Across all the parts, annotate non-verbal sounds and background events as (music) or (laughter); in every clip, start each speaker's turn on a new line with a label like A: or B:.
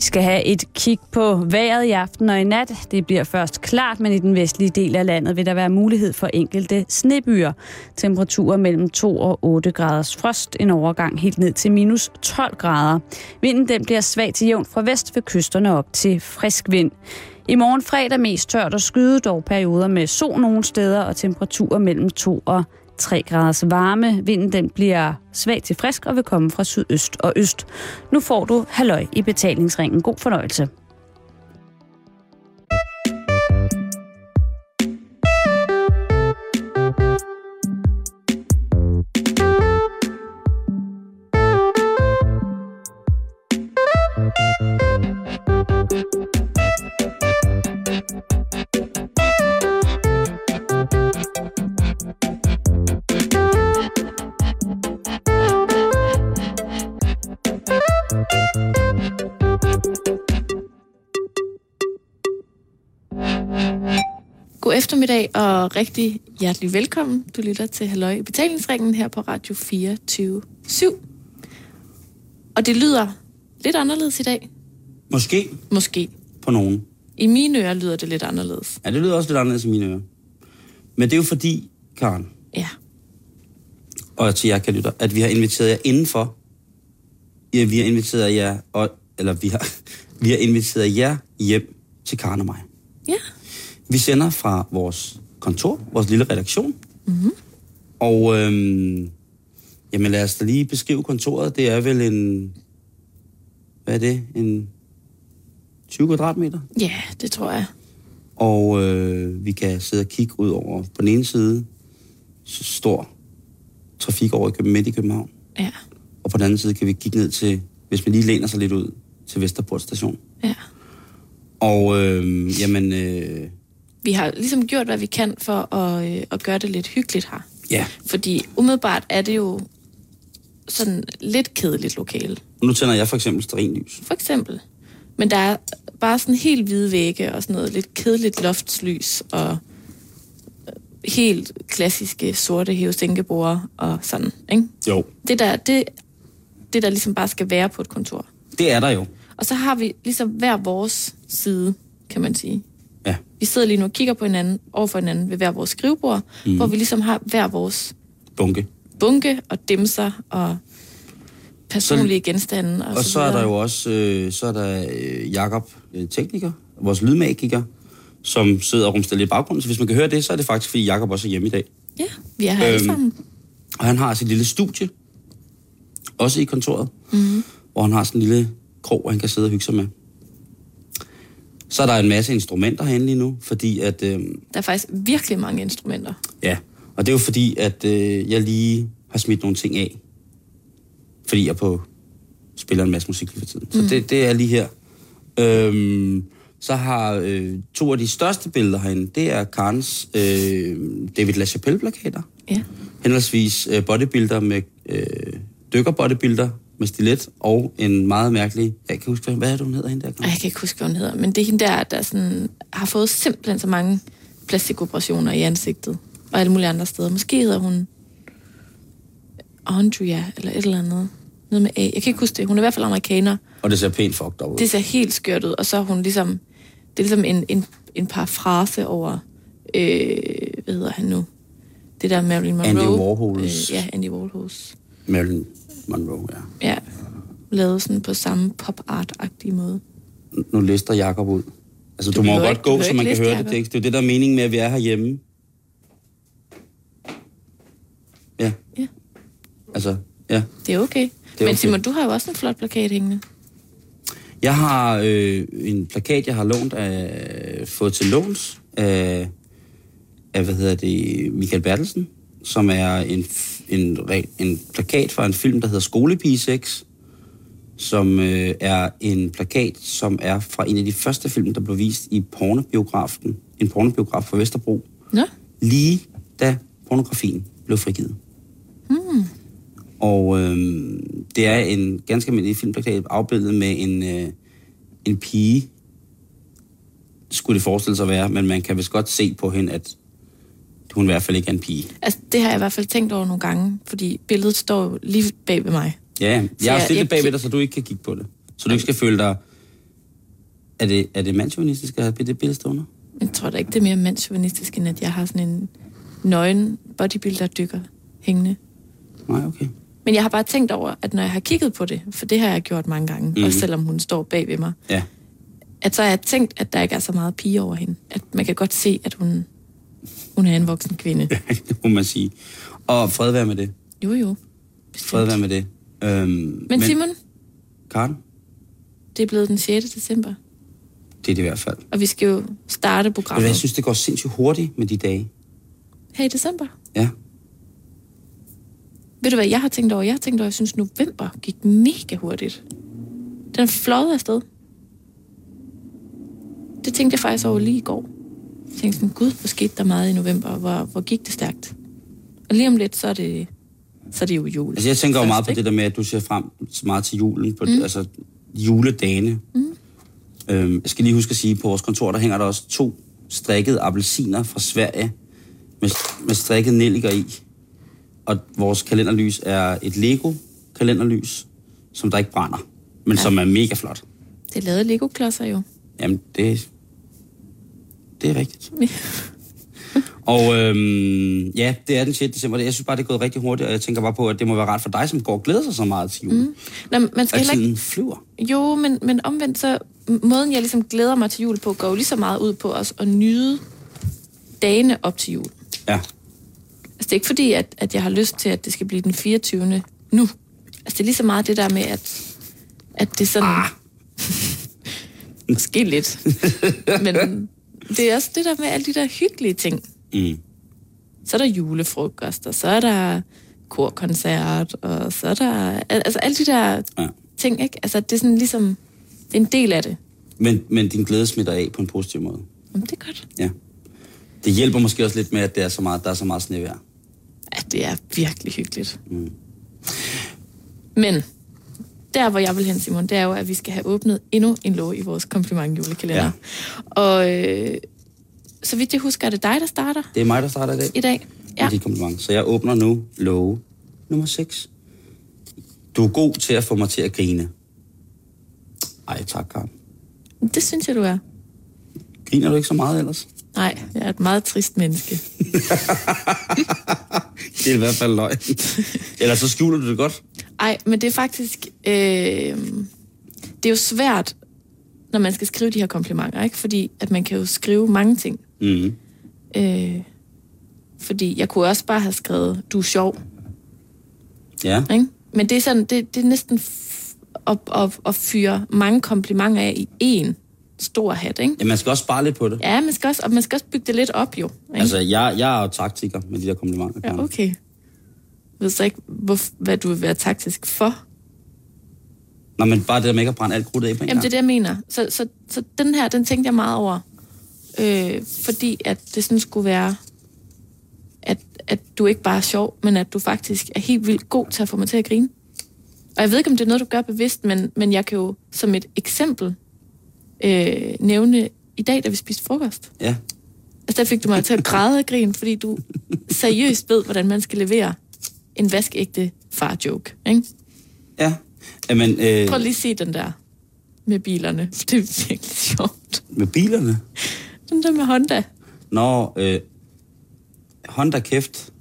A: skal have et kig på vejret i aften og i nat. Det bliver først klart, men i den vestlige del af landet vil der være mulighed for enkelte snebyer. Temperaturer mellem 2 og 8 graders frost, en overgang helt ned til minus 12 grader. Vinden den bliver svag til jævn fra vest ved kysterne op til frisk vind. I morgen fredag mest tørt og skyde, dog perioder med sol nogle steder og temperaturer mellem 2 og 3 graders varme. Vinden den bliver svag til frisk og vil komme fra sydøst og øst. Nu får du halløj i betalingsringen. God fornøjelse.
B: God eftermiddag og rigtig hjertelig velkommen. Du lytter til Halløj i betalingsringen her på Radio 24 Og det lyder lidt anderledes i dag.
C: Måske
B: Måske.
C: på nogen.
B: I mine ører lyder det lidt anderledes.
C: Ja, det lyder også lidt anderledes i mine ører. Men det er jo fordi, Karen,
B: Ja.
C: og til jer, kan lytter, at vi har inviteret jer indenfor. Ja, vi har inviteret jer, og, eller vi har, (laughs) vi har inviteret jer hjem til Karen og mig.
B: Ja.
C: Vi sender fra vores kontor, vores lille redaktion. Mm-hmm. Og øhm, jamen lad os da lige beskrive kontoret. Det er vel en... Hvad er det? En 20 kvadratmeter?
B: Ja, det tror jeg.
C: Og øh, vi kan sidde og kigge ud over på den ene side s- stor trafik over i København, midt i København.
B: Ja.
C: Og på den anden side kan vi kigge ned til, hvis man lige læner sig lidt ud, til Vesterport station.
B: Ja.
C: Og øh, jamen, øh,
B: Vi har ligesom gjort, hvad vi kan for at, øh, at gøre det lidt hyggeligt her.
C: ja.
B: Fordi umiddelbart er det jo sådan lidt kedeligt lokale.
C: Nu tænder jeg for eksempel sterinlys.
B: For eksempel. Men der er bare sådan helt hvide vægge og sådan noget lidt kedeligt loftslys og øh, helt klassiske sorte hævesænkeborde og sådan, ikke?
C: Jo.
B: Det der, det, det der ligesom bare skal være på et kontor.
C: Det er der jo.
B: Og så har vi ligesom hver vores side, kan man sige.
C: Ja.
B: Vi sidder lige nu og kigger på hinanden, over for hinanden ved hver vores skrivebord, mm. hvor vi ligesom har hver vores
C: Bunke.
B: bunke og dimser og personlige så, genstande. Og,
C: Og så er
B: videre.
C: der jo også, øh, så er der øh, Jakob, øh, tekniker, vores lydmagiker, som sidder og rumstiller i baggrunden. Så hvis man kan høre det, så er det faktisk, fordi Jakob også er hjemme i dag.
B: Ja, vi er her øhm, alle
C: Øhm,
B: sammen.
C: Og han har sit lille studie, også i kontoret, mm-hmm. hvor han har sådan en lille krog, han kan sidde og hygge sig med. Så er der en masse instrumenter herinde lige nu, fordi at... Øh,
B: Der er faktisk virkelig mange instrumenter.
C: ja, og det er jo fordi, at øh, jeg lige har smidt nogle ting af, fordi jeg på spiller en masse musik lige for tiden. Så det, det er lige her. Øhm, så har øh, to af de største billeder herinde, det er Karens øh, David LaChapelle-plakater.
B: Ja.
C: henholdsvis øh, bodybuilder med øh, dykkerbodybuilder med stilet og en meget mærkelig... Jeg kan huske, hvad, hvad er det, hun hedder hende der?
B: Ej, jeg kan ikke huske, hvad hun hedder, men det er hende der, der sådan, har fået simpelthen så mange plastikoperationer i ansigtet og alle mulige andre steder. Måske hedder hun Andrea eller et eller andet. Noget med A. Jeg kan ikke huske det. Hun er i hvert fald amerikaner.
C: Og det ser pænt fucked op ud.
B: Det ser helt skørt ud, og så er hun ligesom... Det er ligesom en, en, en parafrase over... Øh, hvad hedder han nu? Det der Marilyn Monroe.
C: Andy Warhols.
B: Øh, ja, Andy Warhols.
C: Marilyn Monroe, ja.
B: Ja, lavet sådan på samme pop-art-agtige måde.
C: Nu- Nu lister Jakob ud. Altså,
B: Du
C: du, du må
B: behøver
C: jo godt
B: ikke- du
C: gå,
B: behøver
C: så
B: ikke
C: man kan
B: liste,
C: høre det.
B: Jacob.
C: Det er ikke- det er jo det, der er meningen med, at vi er herhjemme. Ja,
B: Ja,
C: altså, ja.
B: det er okay. Det
C: Det er
B: er Men
C: okay.
B: Simon, du har jo også en flot plakat hængende.
C: Jeg har øh, en plakat, jeg har lånt af, fået til låns af, af, hvad hedder det, Michael Bertelsen, som er en, f- en, re- en plakat fra en film, der hedder Skolepige 6, som øh, er en plakat, som er fra en af de første film, der blev vist i pornobiografen, en pornobiograf fra Vesterbro,
B: Nå?
C: lige da pornografien blev frigivet. Hmm. Og øh, det er en ganske almindelig filmplakat afbildet med en, øh, en pige, skulle det forestille sig at være, men man kan vist godt se på hende, at hun i hvert fald ikke er en pige.
B: Altså, det har jeg i hvert fald tænkt over nogle gange, fordi billedet står jo lige bag ved mig.
C: Ja, jeg
B: jeg-
C: har stillet
B: jeg
C: det bagved
B: kig-
C: dig, så du ikke kan kigge på det. Så du ikke skal føle dig Er det, er det mandsjuvenistisk at have det billede stående?
B: Jeg tror da ikke, det er mere mandsjuvenistisk, end at jeg har sådan en nøgen bodybuilder-dykker hængende.
C: Nej, okay.
B: Men jeg har bare tænkt over, at når jeg har kigget på det, for det har jeg gjort mange gange, mm.
C: Mhm.
B: også selvom hun står bag ved mig,
C: Ja. (laughs)
B: at så har jeg tænkt, at der ikke er så meget pige over hende. At man kan godt se, at hun, hun er en voksen kvinde.
C: det må man sige. Og fred være med det.
B: Jo, jo.
C: Fred
B: Bestemt.
C: være med det. Øhm,
B: Men Simon,
C: Karen,
B: det er blevet den 6. december,
C: det er det i hvert fald.
B: og vi skal jo starte
C: Men jeg
B: programmet
C: synes, det går sindssygt hurtigt med de dage.
B: her i december.
C: Ja.
B: Ved du hvad, jeg har tænkt over? Jeg har tænkt over, at jeg synes, november gik mega hurtigt. Den er fløjet afsted. Det tænkte jeg faktisk over lige i går. Jeg tænkte sådan, gud, hvor skete der meget i november, hvor, hvor gik det stærkt. Og lige om lidt, så er det, så er det jo jul.
C: Altså, jeg tænker jo
B: Først,
C: meget på
B: ikke?
C: det der med, at du ser frem så meget til julen, på, mm. altså juledagene. Mm. Øhm, jeg skal lige huske at sige, at på vores kontor, der hænger der også to strikkede appelsiner fra Sverige, med, med strikket nelliker i. Og vores kalenderlys er et Lego-kalenderlys, som der ikke brænder, men ja. som er mega flot.
B: Det lavede Lego-klodser jo.
C: Jamen, det, det er
B: (laughs)
C: rigtigt. og øhm, ja, det er den 6. december. Jeg synes bare, det er gået rigtig hurtigt, og jeg tænker bare på, at det må være rart for dig, som går og glæder sig så meget til julen. Mm.
B: Nå, men man skal
C: At
B: heller ikke...
C: tiden flyver.
B: Jo, men, men omvendt så... m- Måden, jeg ligesom glæder mig til jul på, går jo lige så meget ud på os at nyde dagene op til jul.
C: Ja.
B: Altså, det er ikke fordi, at, at jeg har lyst til, at det skal blive den 24. nu. Altså, det er lige så meget det der med, at, at det er sådan... Ah. (laughs) Måske lidt. Men det er også det der med alle de der hyggelige ting.
C: Mm.
B: Så er der julefrokost, og så er der korkoncert, og så er der... al- Altså, alle de der
C: Ja.
B: ting, ikke? Altså, det er sådan ligesom... Det er en del af det.
C: Men, men din glæde smitter af på en positiv måde.
B: Jamen, det er godt.
C: Ja. Det hjælper måske også lidt med, at det er så meget, der er så meget snevejr.
B: Ja, det er virkelig hyggeligt.
C: Mm.
B: Men der, hvor jeg vil hen, Simon, det er jo, at vi skal have åbnet endnu en låg i vores kompliment julekalender. Ja.
C: Ja.
B: Og øh, så vidt jeg husker, er det dig, der starter
C: Det er mig, der starter i dag.
B: i dag?
C: Ja.
B: Ja,
C: Dit kompliment. Så jeg åbner nu låge nummer 6. Du er god til at få mig til at grine. Ej, tak, Karen.
B: det synes jeg, du er.
C: Griner du ikke så meget ellers?
B: Nej, jeg er et meget trist menneske.
C: Det er i hvert fald (laughs) løgn. Ellers så skjuler du det godt.
B: Ej, men det er faktisk... Øh, det er jo svært, når man skal skrive de her komplimenter, ikke? Fordi at man kan jo skrive mange ting.
C: Mm.
B: Øh, fordi jeg kunne også bare have skrevet, du er sjov,
C: Ja.
B: Ikke? Men det er, sådan, det, det er næsten f- at, at, at fyre mange komplimenter af i én stor hat, ikke?
C: ja. man skal også spare lidt på det.
B: Ja, man skal også, og man skal også bygge det lidt op, jo. Ikke?
C: Altså, jeg, jeg er jo taktiker med de der komplimenter, Karen.
B: ja, okay. Jeg ved så ikke, hvor, hvad du vil være taktisk for.
C: Nå, men bare det der med ikke at brænde alt krudtet af på en
B: Jamen, det er
C: gang.
B: det, jeg mener. Så, så, så den her, den tænkte jeg meget over. Øh, fordi at det sådan skulle være, at, at du ikke bare er sjov, men at du faktisk er helt vildt god til at få mig til at grine. Og jeg ved ikke, om det er noget, du gør bevidst, men, men jeg kan jo som et eksempel øh, nævne i dag, da vi spiste frokost.
C: Ja.
B: Altså, der fik du mig til at græde og grine, fordi du seriøst ved, hvordan man skal levere en vaskægte far-joke. Ikke?
C: Ja. Jamen, øh,
B: Prøv lige at se den der med bilerne. Det er virkelig sjovt.
C: med bilerne?
B: Den der med Honda.
C: Nå, øh, Honda kæft.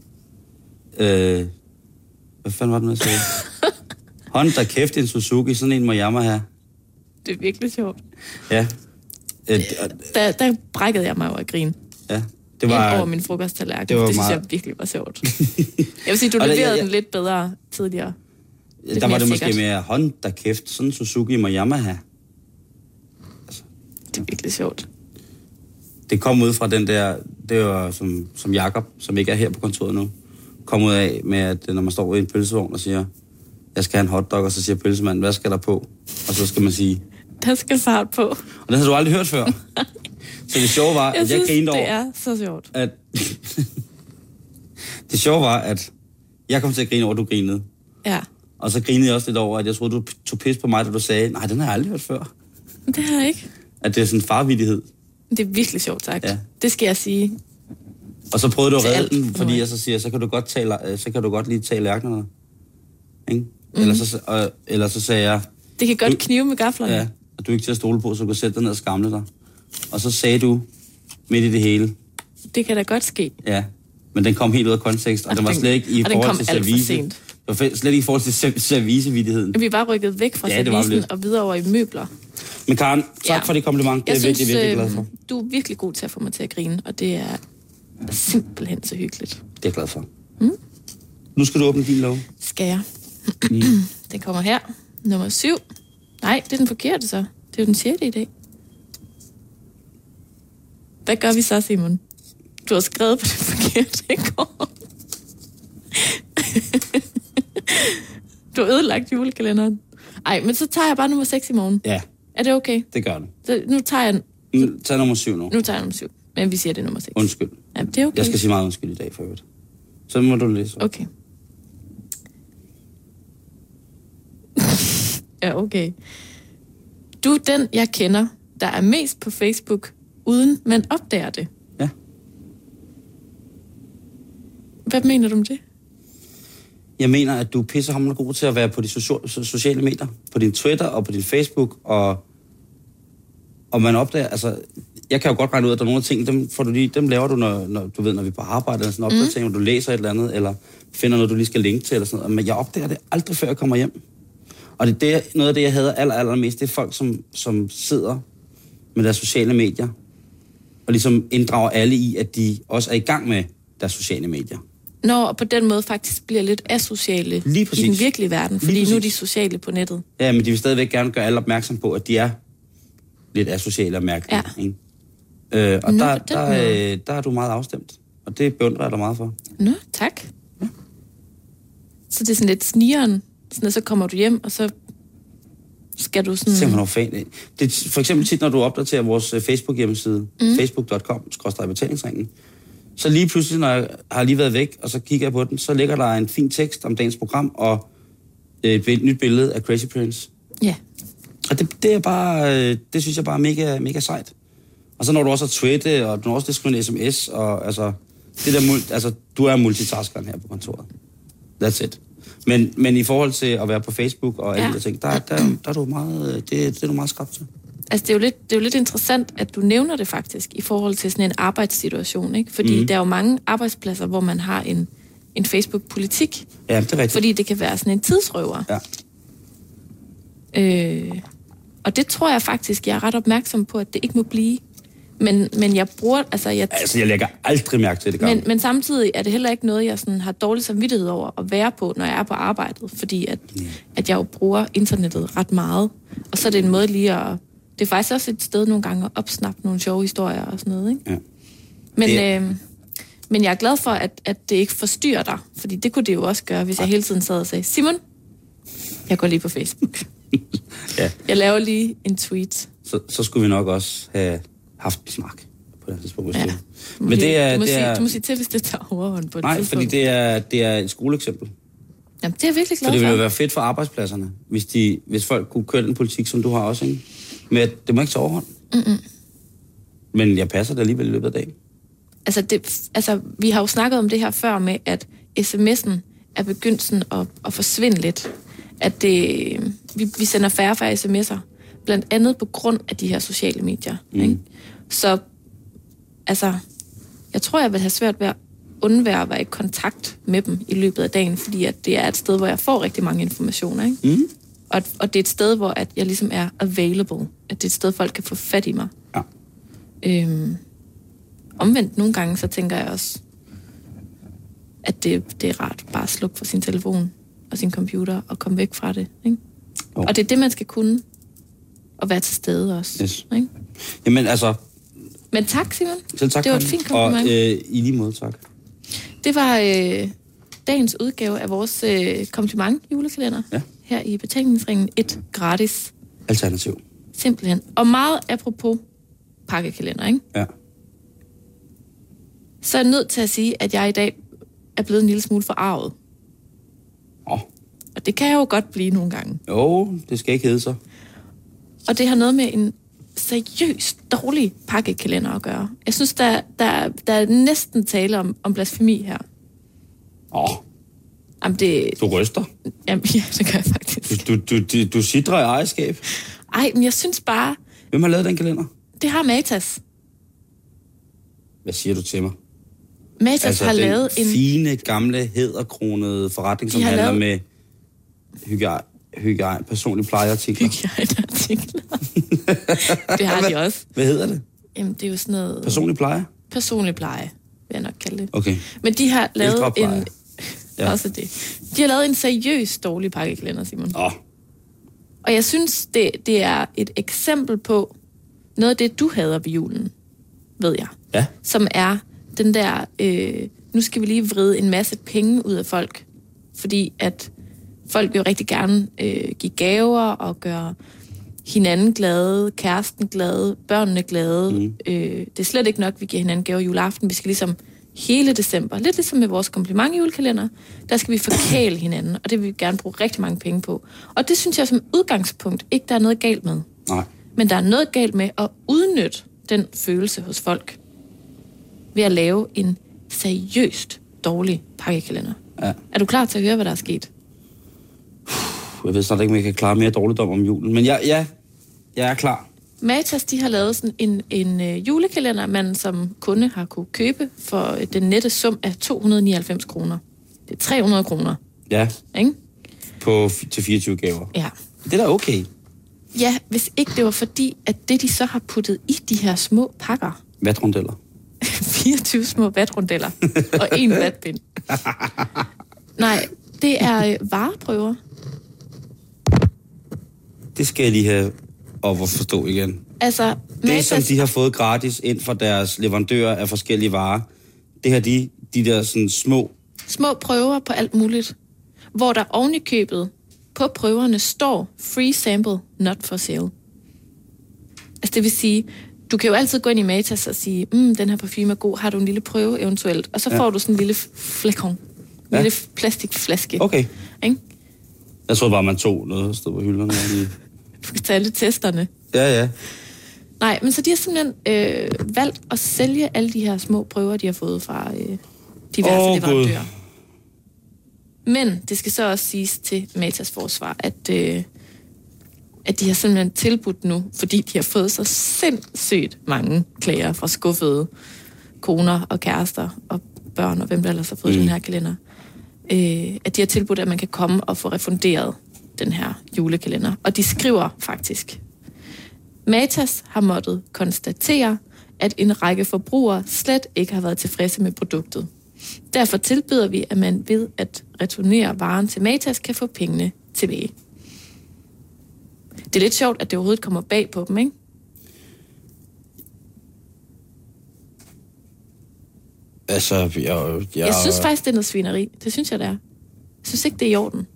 C: Øh, hvad fanden var det, nu,
B: (laughs)
C: jeg sagde? Honda kæft, en Suzuki, sådan en må jeg mig have.
B: Det er virkelig sjovt.
C: Ja. Øh, d- og-
B: Der, der brækkede jeg mig over at grine
C: ja.
B: det
C: Det
B: var, ind
C: var,
B: over min frokosttallerken. Det,
C: det var
B: det synes
C: meget-
B: jeg virkelig var sjovt.
C: (laughs)
B: jeg vil sige, du
C: Og det-
B: leverede
C: jeg-
B: den lidt bedre tidligere. lidt
C: der var
B: mere
C: det måske
B: sikkert.
C: mere Honda kæft, sådan en Suzuki må jeg mig have.
B: Det er virkelig sjovt.
C: det kom ud fra den der, det var som, som Jakob, som ikke er her på kontoret nu, kom ud af med, at når man står ude i en pølsevogn og siger, jeg skal have en hotdog, og så siger pølsemanden, hvad skal der på? Og så skal man sige,
B: Der skal fart på.
C: og den har du aldrig hørt
B: (laughs)
C: før. så det sjove var,
B: Jeg, jeg
C: at jeg
B: synes,
C: grinede
B: det
C: over,
B: er så sjovt.
C: at... (laughs) det sjove var, at jeg kom til at grine over, at du grinede.
B: Ja,
C: Og så grinede jeg også lidt over, at jeg troede, du tog pis på mig, da du sagde, nej, den har jeg aldrig hørt før.
B: det har jeg ikke.
C: At det er sådan en farvidighed.
B: Det er virkelig sjovt sagt. Ja.
C: Ja.
B: Det skal jeg sige.
C: Og så prøvede du at
B: Til
C: redde
B: alt,
C: den, fordi
B: nu.
C: jeg så siger, så kan du godt, tage, la- øh, så kan du godt lige tage
B: Mhm.
C: lærknerne. Ikke? Mm. Eller, så, og, eller så sagde jeg,
B: Det kan godt knive med gaflerne.
C: ja, og du er ikke til at stole på, så du kan sætte dig ned og skamle dig. Og så sagde du midt i det hele,
B: Det kan da godt ske.
C: ja, men den kom helt ud af kontekst, og,
B: Og
C: og den var
B: den-
C: slet ikke i
B: og den kom
C: forhold til
B: alt for
C: service.
B: sent.
C: Det var fe- slet ikke i forhold til ser- serviceviddigheden.
B: Vi var rykket væk fra
C: Ja,
B: ja,
C: det var vi
B: servicen
C: lidt.
B: og videre over i møbler.
C: Men Karen, tak
B: Ja.
C: ja. for det kompliment. Det er
B: Jeg
C: jeg virkelig,
B: synes,
C: virkelig glad
B: øh,
C: for.
B: du er virkelig god til at få mig til at grine, og det er simpelthen så hyggeligt.
C: Det er jeg glad for. Mm.
B: Mhm.
C: Nu skal du åbne din lov.
B: Skal jeg? (clears throat) den kommer her. Nummer syv. Nej, det er den forkerte så. Det er jo den sjette i dag. Hvad gør vi så, Simon? Du har skrevet på det forkerte i går. du har ødelagt julekalenderen. Ej, men så tager jeg bare nummer 6 i morgen.
C: Ja,
B: Er det okay?
C: det gør du.
B: Så nu tager jeg,
C: Nu, Mm. tag nummer syv nu.
B: nu tager jeg nummer 7. Men vi siger, det er nummer 6.
C: Undskyld.
B: Ja, det er okay.
C: Jeg skal sige meget undskyld i dag for øvrigt. Så må du læse. Okay.
B: Okay. (laughs) ja, okay. Du er den, jeg kender, der er mest på Facebook, uden man opdager det.
C: Ja.
B: Hvad mener du med det?
C: Jeg mener, at du er pissehammerende god til at være på de socio- so- sociale medier. På din Twitter og på din Facebook. Og, og man opdager, altså... Jeg kan jo godt regne ud, at der er nogle af tingene, dem, får du lige, dem laver du, når, når, du ved, når vi er på arbejde, eller sådan en opdatering, mm. du læser et eller andet, eller finder noget, du lige skal linke til, eller sådan noget. Men jeg opdager det aldrig, før jeg kommer hjem. Og det er det, noget af det, jeg hader aller, allermest, det er folk, som, som sidder med deres sociale medier, og ligesom inddrager alle i, at de også er i gang med deres sociale medier.
B: Nå, og på den måde faktisk bliver lidt asociale
C: Lige
B: i
C: præcis.
B: den virkelige verden,
C: Lige
B: fordi nu er de
C: præcis.
B: sociale på nettet.
C: Ja, men de vil stadigvæk gerne gøre alle opmærksom på, at de er lidt asociale og mærkelige.
B: Ja.
C: Ja. Ikke? Øh, og
B: Nå,
C: der,
B: på den
C: der,
B: måde.
C: øh, der er du meget afstemt. Og det beundrer jeg dig meget for.
B: Nå, tak. Så det er sådan lidt snigeren. Sådan, at så kommer du hjem, og så skal du
C: Mm.
B: sådan...
C: man fan. Det er for eksempel tit, når du opdaterer vores øh, Facebook-hjemmeside, mm. facebook.com, betalingsringen, så lige pludselig, når jeg har lige været væk, og så kigger jeg på den, så ligger der en fin tekst om dagens program, og et bill- nyt billede af Crazy Prince.
B: Ja,
C: Og det, det, er bare, øh, det synes jeg bare er mega, mega sejt. Og så når du også at twitte, og du når også at skrive en sms, og altså, det der, mul- altså, du er multitaskeren her på kontoret. That's it. Men, men i forhold til at være på Facebook og alle
B: Ja.
C: ja. de der ting, der, der, der er du meget, øh, det, det er du meget skarp til.
B: Altså, det er, jo lidt, det er jo lidt interessant, at du nævner det faktisk, i forhold til sådan en arbejdssituation, ikke? Fordi mm. der er jo mange arbejdspladser, hvor man har en, en Facebook-politik,
C: Ja, det er rigtigt.
B: fordi det kan være sådan en tidsrøver.
C: Ja.
B: Øh, og det tror jeg faktisk, jeg er ret opmærksom på, at det ikke må blive. Men, men jeg bruger, altså jeg...
C: Altså, jeg lægger aldrig mærke til det, gør
B: Men,
C: men...
B: men samtidig er det heller ikke noget, jeg sådan har dårlig samvittighed over at være på, når jeg er på arbejdet, fordi at,
C: Mm.
B: at jeg jo bruger internettet ret meget. Og så er det en måde lige at... Det er faktisk også et sted nogle gange at opsnappe nogle sjove historier og sådan noget, ikke?
C: Ja. (laughs)
B: Men,
C: Det-
B: øh, men jeg er glad for, at, at det ikke forstyrrer dig, fordi det kunne det jo også gøre, hvis jeg hele tiden sad og sagde, Simon, jeg går lige på Facebook.
C: Ja.
B: Jeg laver lige en tweet.
C: Så, så skulle vi nok også have haft en snak på det her tidspunkt. hvis
B: Ja.
C: det- Men det er...
B: du, må
C: det
B: sige,
C: er
B: du må sige til, hvis det tager overhånd på et
C: nej,
B: tidspunkt.
C: fordi det er, det er et skoleeksempel.
B: Jamen, det er jeg virkelig glad
C: Så det
B: for.
C: ville jo være fedt for arbejdspladserne, hvis, de, hvis folk kunne køre den politik, som du har også, ikke? Men at det må ikke tage overhånd. Mm-mm. Men jeg passer det alligevel i løbet af dagen.
B: altså, det, altså, vi har jo snakket om det her før med, at sms'en er begyndt sådan at, at forsvinde lidt. At det, vi, vi sender færre og færre sms'er, blandt andet på grund af de her sociale medier. Mm. Ikke? Så altså, jeg tror, jeg vil have svært ved at undvære at være i kontakt med dem i løbet af dagen, fordi at det er et sted, hvor jeg får rigtig mange informationer. Ikke?
C: Mm.
B: Og, og det er et sted, hvor at jeg ligesom er available. At det er et sted, folk kan få fat i mig.
C: Ja.
B: Øhm, omvendt nogle gange, så tænker jeg også, at det, det er rart bare at slukke for sin telefon og sin computer og komme væk fra det. Ikke?
C: Jo.
B: Og det er det, man skal kunne. Og være til stede også.
C: Yes.
B: Ikke?
C: Jamen altså,
B: Men tak, Simon.
C: selv tak.
B: det var et
C: Karen.
B: fint kompliment.
C: Og øh, i lige måde, tak.
B: Det var øh, dagens udgave af vores øh, kompliment julekalender.
C: Ja.
B: Her i betalingsringen. Et gratis.
C: Alternativ.
B: Simpelthen. Og meget apropos pakkekalender, ikke?
C: Ja.
B: så er jeg nødt til at sige, at jeg i dag er blevet en lille smule forarvet.
C: Åh,
B: Og det kan jeg jo godt blive nogle gange.
C: jo, det skal ikke hedde sig.
B: Og det har noget med en seriøst dårlig pakkekalender at gøre. Jeg synes, der, der, der er næsten tale om, om blasfemi her.
C: Åh,
B: Jamen det,
C: du ryster.
B: jamen, (laughs) ja, det gør jeg
C: Du,
B: faktisk.
C: du, du, du, du sidder i ejerskab.
B: Ej, men jeg synes bare,
C: Hvem har lavet den kalender?
B: det har Matas.
C: Hvad siger du til mig?
B: Matas altså, har
C: den
B: lavet en...
C: fine, gamle, hæderkronede forretning,
B: De
C: som
B: har
C: handler
B: lavet-
C: med hygge, hygge, personlig plejeartikler. (laughs)
B: Hygiejneartikler. det har de også.
C: Hvad hedder det?
B: Jamen, det er jo sådan noget
C: Personlig pleje?
B: personlig pleje, vil jeg nok kalde det.
C: Okay.
B: Men de har lavet
C: Ældrepleje.
B: en...
C: Ja.
B: Ja. Også det. De har lavet en seriøs dårlig pakkekalender, Simon.
C: Åh,
B: Og jeg synes, det, det er et eksempel på noget af det, du hader ved julen, ved jeg.
C: ja.
B: Som er den der, øh, nu skal vi lige vride en masse penge ud af folk. Fordi at folk jo rigtig gerne øh, give gaver og gøre hinanden glade, kæresten glade, børnene glade. Mm. Øh, det er slet ikke nok, vi giver hinanden gaver juleaften. Vi skal ligesom hele december, lidt ligesom med vores kompliment julekalender, der skal vi forkæle hinanden, og det vil vi gerne bruge rigtig mange penge på. Og det synes jeg som udgangspunkt ikke, der er noget galt med.
C: Nej.
B: Men der er noget galt med at udnytte den følelse hos folk ved at lave en seriøst dårlig pakkekalender.
C: Ja.
B: Er du klar til at høre, hvad der er sket?
C: Jeg ved snart ikke, om jeg kan klare mere dårligdom om julen. Men ja, ja, jeg er klar.
B: Matas de har lavet sådan en, en øh, julekalender, man som kunde har kunne købe for øh, den nette sum af 299 kroner. Det er 300 kroner,
C: Ja,
B: ikke?
C: på, f- til 24 gaver.
B: Ja.
C: Det er da okay.
B: ja, hvis ikke det var fordi, at det de så har puttet i de her små pakker,
C: Vatrundeller.
B: 24 små vatrundeller og
C: (laughs)
B: en vatpind. Nej, det er øh, vareprøver.
C: Det skal jeg lige have op og forstå igen.
B: Altså,
C: Det, som
B: Matas,
C: de har fået gratis ind fra deres leverandører af forskellige varer, det her, de, de der sådan små...
B: små prøver på alt muligt, hvor der oven i købet på prøverne står free sample, not for sale. Altså det vil sige, du kan jo altid gå ind i Matas og sige, mm, den her parfume er god, har du en lille prøve eventuelt? Og så
C: Ja.
B: får du sådan en lille f- flakon, en
C: Ja.
B: lille f- plastikflaske.
C: Okay.
B: Ikke?
C: Jeg troede bare, man tog noget og stod på hylderne. og lige-
B: Du kan tage alle testerne.
C: Ja, ja.
B: Nej, men så de har simpelthen øh, valgt at sælge alle de her små prøver, de har fået fra øh, diverse
C: Åh,
B: oh,
C: Gud.
B: leverandører. Men det skal så også siges til Matas forsvar, at, øh, at de har simpelthen tilbudt nu, fordi de har fået så sindssygt mange klager fra skuffede koner og kærester og børn og hvem der ellers har fået mm. den her kalender. Øh, at de har tilbudt, at man kan komme og få refunderet den her julekalender. Og de skriver faktisk, Matas har måttet konstatere, at en række forbrugere slet ikke har været tilfredse med produktet. Derfor tilbyder vi, at man ved at returnere varen til Matas kan få pengene tilbage. Det er lidt sjovt, at det overhovedet kommer bag på dem, ikke?
C: Altså, jeg... Jeg,
B: Jeg synes faktisk, det er noget svineri. Det synes jeg, det er. Jeg synes ikke, det er i orden.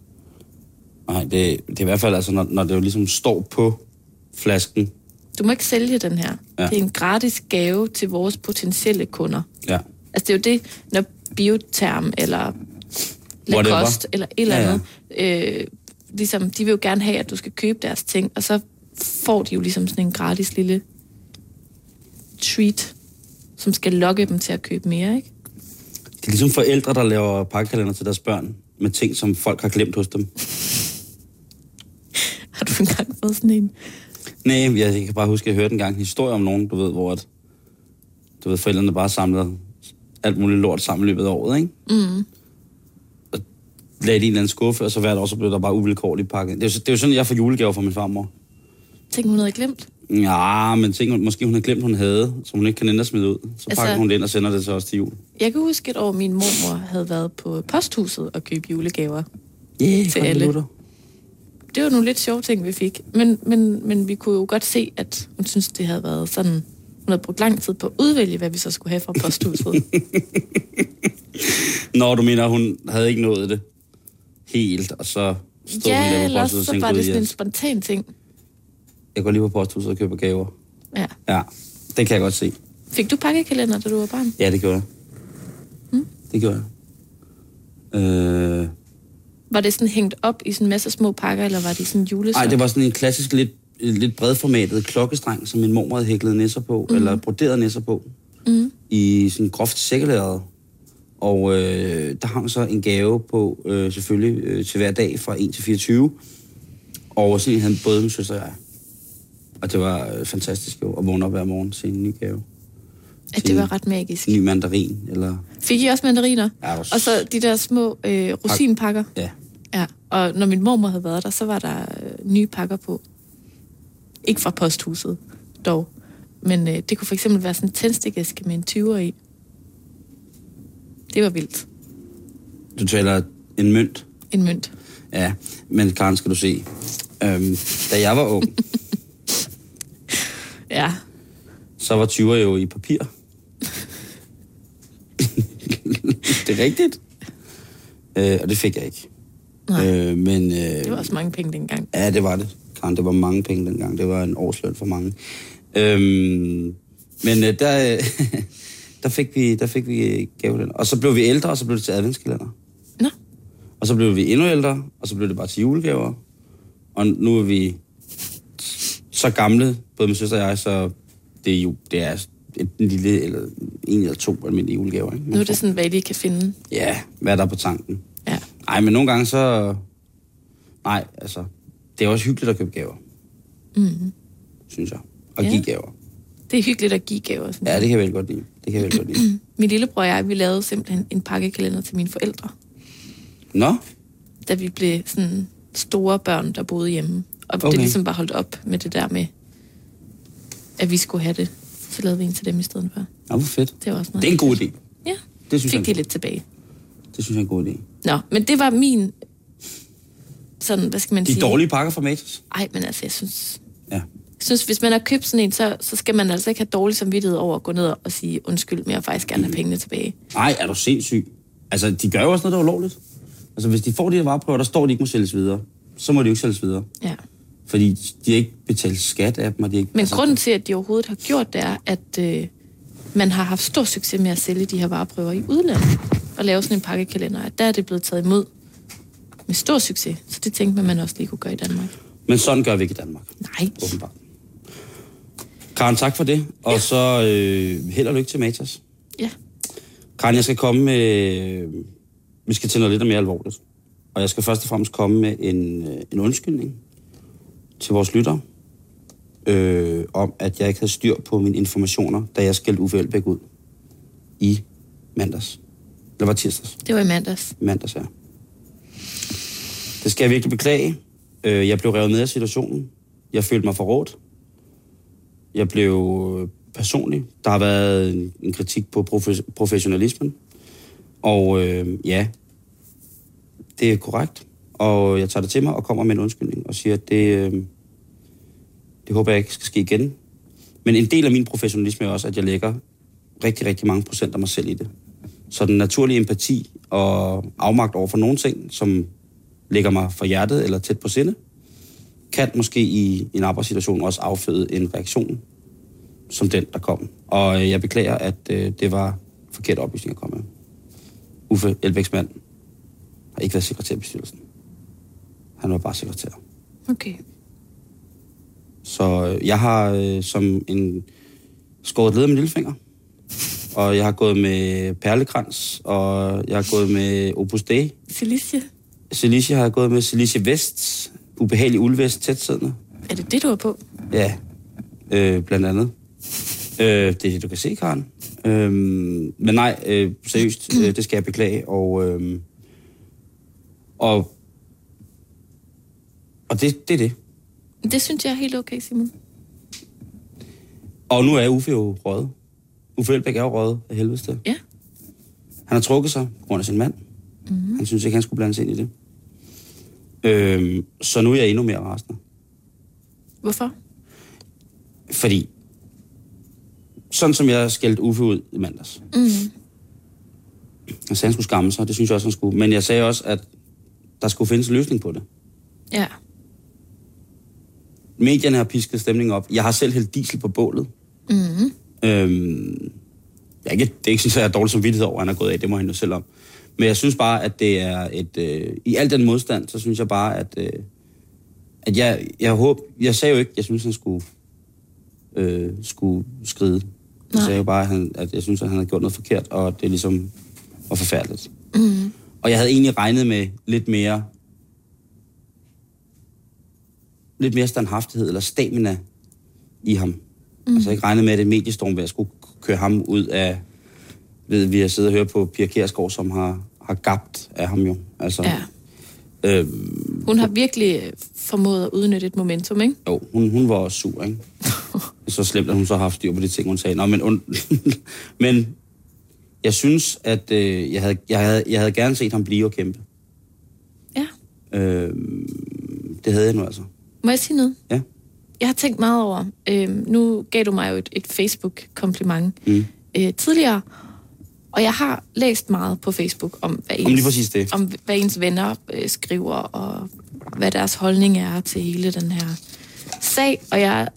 C: Nej, det, det er i hvert fald, altså, når, når det jo ligesom står på flasken.
B: Du må ikke sælge den her.
C: Ja.
B: Ja. Det er en gratis gave til vores potentielle kunder.
C: Ja.
B: Altså det er jo det, når bioterm eller
C: Whatever.
B: Lacoste eller et eller
C: Ja, ja.
B: andet, Øh, ligesom, de vil jo gerne have, at du skal købe deres ting, og så får de jo ligesom sådan en gratis lille treat, som skal lokke dem til at købe mere, ikke? (laughs)
C: Det er ligesom forældre, der laver pakkekalender til deres børn med ting, som folk har glemt hos dem.
B: Har du engang fået sådan en?
C: Nej, jeg, jeg kan bare huske, at jeg hørte engang en historie om nogen, du ved, hvor at, du ved, forældrene bare samlede alt muligt lort sammen i løbet af året, ikke? Mm. Og lagde det i en eller anden skuffe, og så hvert år, så blev der bare uvilkårligt pakket. ind. Det er, jo- det er jo sådan, jeg får julegaver fra min farmor.
B: Ting, hun havde glemt?
C: Ja, men ting, hun- måske hun har glemt, hun havde, som hun ikke kan ende at smide ud. Så altså...
B: Altså-
C: pakker hun det ind og sender det så også til jul.
B: Jeg kan huske et år, min mormor havde været på posthuset og købe julegaver.
C: Yeah,
B: Til alle. konvolutter. Det var nogle lidt sjove ting, vi fik. Men, men, men vi kunne jo godt se, at hun synes, det havde været sådan... Hun havde brugt lang tid på at udvælge, hvad vi så skulle have fra
C: (laughs)
B: posthuset.
C: Nå, du mener, hun havde ikke nået det helt, og så stod hun
B: ja,
C: der på
B: eller
C: posthuset og
B: også så
C: tænkte,
B: var
C: "Gud,
B: det sådan en
C: jeg,
B: spontan ting.
C: jeg går lige på posthuset og køber gaver.
B: Ja.
C: Ja, det kan jeg godt se.
B: Fik du pakkekalender, da du var barn?
C: Ja, det gjorde jeg.
B: Mm.
C: Det gjorde jeg. Øh...
B: Var det sådan hængt op i sådan en masse små pakker, eller var det sådan julesøg?
C: Ej, det var sådan en klassisk, lidt, lidt bredformatet klokkestreng, som min mor havde hæklet nisser på, mm. eller broderet nisser på, mm. i sådan groft sækkelæret. Og øh, der hang så en gave på, øh, selvfølgelig, øh, til hver dag fra 1 til 24. Og sådan en havde både min søster og jeg. Og det var øh, fantastisk jo, at vågne op hver morgen til en ny gave.
B: At det var ret magisk.
C: En ny mandarin, eller...
B: Fik I også mandariner?
C: Ja, hvor s-
B: Og så de der små øh, rosinpakker.
C: Ja,
B: Ja. Og når min mormor havde været der, så var der øh, nye pakker på. Ikke fra posthuset, dog. Men øh, det kunne for eksempel være sådan en tændstikæske med en 20'er i. Det var vildt.
C: du taler en mønt.
B: En mønt.
C: Ja, men Karen skal du se. Øhm, da jeg var ung,
B: Ja.
C: så var 20'er jo i papir. det er rigtigt. Øh, og det fik jeg ikke.
B: Nej,
C: Øh, men, øh,
B: det var også mange penge dengang.
C: Ja, det var det, Karen. Det var mange penge dengang. Det var en årsløn for mange. Øhm, men øh, der, (laughs) øh, der, fik vi, der fik vi øh, gavekalender. Og så blev vi ældre, og så blev det til adventskalender.
B: Nå,
C: Og så blev vi endnu ældre, og så blev det bare til julegaver. Og nu er vi så gamle, både min søster og jeg, så det er jo det er et lille, eller en eller to almindelige julegaver. Ikke?
B: nu er det sådan, hvad I lige kan finde.
C: Ja, hvad er der på tanken?
B: Ja.
C: Nej, men nogle gange så... Nej, altså... Det er også hyggeligt at købe gaver. Mm-hmm. Synes jeg. Og
B: Ja.
C: give gaver.
B: Det er hyggeligt at give gaver. Sådan.
C: Ja, det kan jeg vel godt lide. Det kan jeg vel godt
B: (clears throat)
C: lide.
B: Min lillebror og jeg, vi lavede simpelthen en pakkekalender til mine forældre.
C: Nå,
B: da vi blev sådan store børn, der boede hjemme. Og okay.
C: Okay.
B: det ligesom bare holdt op med det der med, at vi skulle have det. Så lavede vi en til dem i stedet for.
C: Nå hvor fedt.
B: Det var også noget.
C: Det er en god idé.
B: Ja,
C: Det synes, jeg,
B: fik de
C: det
B: lidt tilbage.
C: synes jeg er en god idé.
B: Nå, men det var min... Sådan, hvad skal man
C: De
B: sige?
C: dårlige pakker fra Matas.
B: Ej, men altså, jeg synes...
C: Ja.
B: Jeg synes, hvis man har købt sådan en, så, så skal man altså ikke have dårlig samvittighed over at gå ned og sige, undskyld, men jeg vil faktisk gerne have pengene tilbage.
C: Nej, er du sindssyg? Altså, de gør jo også noget, der er ulovligt. Altså, hvis de får de her vareprøver, der står, at de ikke må sælges videre. Så må de jo ikke sælges videre.
B: Ja.
C: Fordi de har ikke betalt skat af dem, og de har ikke...
B: Men
C: altså,
B: grunden til, at de overhovedet har gjort det, er, at øh, man har haft stor succes med at sælge de her vareprøver i udlandet og lave sådan en pakkekalender. At der er det blevet taget imod med stor succes. Så det tænkte man, man også lige kunne gøre i Danmark.
C: Men sådan gør vi ikke i Danmark.
B: Nej.
C: Åbenbart. Karen, tak for det. Og ja. så øh, held og lykke til Matas.
B: Ja.
C: Karen, jeg skal komme med... Vi skal til noget lidt mere alvorligt. Og jeg skal først og fremmest komme med en, øh, en undskyldning til vores lyttere. Øh, om, at jeg ikke havde styr på mine informationer, da jeg skældte Uffe Elbæk ud i mandags. Eller var det tirsdags?
B: Det var i mandags.
C: mandags her. Det skal jeg virkelig beklage. Øh, Jeg blev revet med af situationen. Jeg følte mig forrådt. Jeg blev øh, personlig. Der har været en- en kritik på profe- professionalismen. Og øh, ja, det er korrekt. Og jeg tager det til mig og kommer med en undskyldning og siger, at det, øh, det håber jeg ikke skal ske igen. Men en del af min professionalisme er også, at jeg lægger rigtig, rigtig mange procent af mig selv i det. Så den naturlige empati og afmagt over for nogle ting, som ligger mig for hjertet eller tæt på sinde, kan måske i en arbejdssituation også afføde en reaktion, som den, der kom. Og øh, jeg beklager, at øh, det var forkerte oplysninger, jeg kom med. Uffe Elbæks mand har ikke været sekretær i bestyrelsen. Han var bare sekretær.
B: Okay.
C: Så øh, jeg har øh, som en skåret led med min lillefinger. Og jeg har gået med perlekrans, og jeg har gået med Opus Dei.
B: Felicia,
C: Celicia har jeg gået med Celicia Vest, ubehagelig ulvest tætsiddende.
B: er det det, du var på?
C: Ja, øh, blandt andet. Øh, det er det, du kan se, Karen. Øh, men nej, øh, seriøst, øh, det skal jeg beklage. Og, øh, og, og det, det er det.
B: Det synes jeg er helt okay, Simon.
C: Og nu er Uffe jo røget. Uffe Elbæk er jo røget af helvede. til.
B: Ja.
C: Han har trukket sig på grund af sin mand. Mm-hmm. Han synes ikke, han skulle blande sig ind i det. Øhm, så nu er jeg endnu mere rasende.
B: Hvorfor?
C: Fordi, sådan som jeg skældte Uffe ud i mandags. Mm. Jeg sagde, han skulle skamme sig, det synes jeg også, han skulle. Men jeg sagde også, at der skulle findes en løsning på det.
B: Ja.
C: Medierne har pisket stemningen op. Jeg har selv hældt diesel på bålet. Mm-hmm. Øhm, jeg er ikke, det er ikke, synes jeg, jeg er dårlig samvittighed over, at han er gået af. Det må han jo selv om. Men jeg synes bare, at det er et... Øh, I al den modstand, så synes jeg bare, at... Øh, at jeg, jeg håb, Jeg sagde jo ikke, jeg synes, han skulle, øh, skulle skride. Jeg
B: Nej.
C: sagde jo bare, at, han, at jeg synes, at han havde gjort noget forkert, og det er ligesom var forfærdeligt. Mm-hmm.
B: Mhm.
C: Og jeg havde egentlig regnet med lidt mere lidt mere standhaftighed eller stamina i ham.
B: Mhm.
C: Mm. Altså ikke regnet med, at det mediestorm, hvor jeg skulle køre ham ud af... Ved, vi har siddet og hørt på Pia Kjærsgaard, som har, har gabt af ham jo. Altså,
B: Ja.
C: øh,
B: Hun har virkelig øh, formået at udnytte et momentum, ikke?
C: jo, hun, hun var også
B: (laughs)
C: sur, ikke? så slemt, at hun så har haft styr på de ting, hun sagde. Nå, men, und, (laughs) men jeg synes, at øh, jeg, havde, jeg, havde, jeg havde gerne set ham blive og kæmpe.
B: Ja.
C: Øh, det havde jeg nu altså.
B: Må jeg sige noget?
C: Ja.
B: Jeg har tænkt meget over, øh, nu gav du mig jo et, et Facebook-kompliment
C: Mm.
B: øh, tidligere, og jeg har læst meget på Facebook om, hvad ens,
C: Om lige præcis det.
B: om hvad ens venner øh, skriver, og hvad deres holdning er til hele den her sag. Og jeg,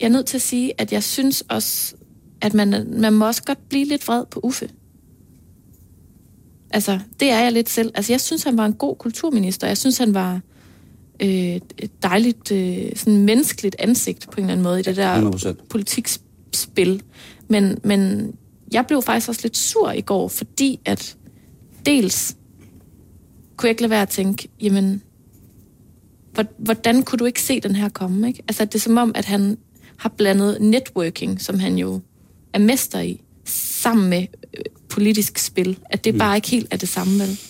B: jeg er nødt til at sige, at jeg synes også, at man, man må også godt blive lidt vred på Uffe. Altså, det er jeg lidt selv. Altså, jeg synes, han var en god kulturminister. Jeg synes, han var øh, et dejligt, øh, sådan menneskeligt ansigt på en eller anden måde i det der
C: 100%.
B: politikspil. Men, men jeg blev faktisk også lidt sur i går, fordi at dels kunne jeg ikke lade være at tænke, jamen, hvor- hvordan kunne du ikke se den her komme? Ikke? Altså, det er som om, at han har blandet networking, som han jo er mester i, sammen med øh, politisk spil. At det bare ikke helt er det samme, vel?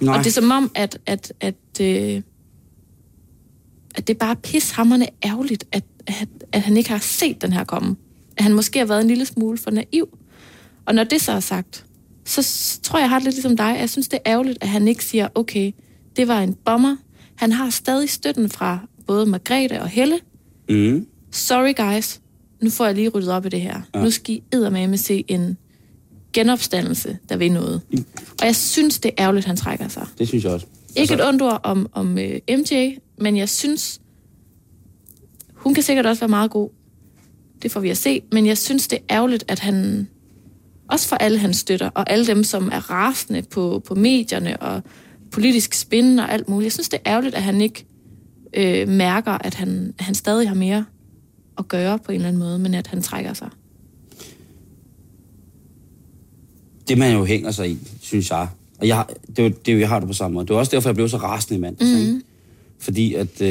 C: Nej.
B: Og det er som om, at, at, at, øh, at det er bare pishammerne ærgerligt, at, at, at han ikke har set den her komme. At han måske har været en lille smule for naiv. Og når det så er sagt, så s- tror jeg, jeg har det lidt ligesom dig. Jeg synes, det er ærgerligt, at han ikke siger, okay, det var en bomber. Han har stadig støtten fra både Margrethe og Helle.
C: Mm.
B: Sorry guys, nu får jeg lige ryddet op i det her. Ja. Nu skal I eddermame se en genopstandelse, der vil noget. Og jeg synes, det er ærgerligt, han trækker sig.
C: Det synes jeg også.
B: Ikke et ondt ord om, om øh, MJ, men jeg synes, hun kan sikkert også være meget god. Det får vi at se. Men jeg synes, det er ærgerligt, at han, også for alle hans støtter, og alle dem, som er rasende på, på medierne og politisk spin og alt muligt. Jeg synes, det er ærgerligt, at han ikke øh, mærker, at han, han stadig har mere at gøre på en eller anden måde, men at han trækker sig.
C: det man jo hænger sig i, synes jeg. Og jeg, det, er jo- det, er jo- jeg har det på samme måde. Det var også derfor, jeg blev så rasende i mandags. Mm. Fordi at, øh,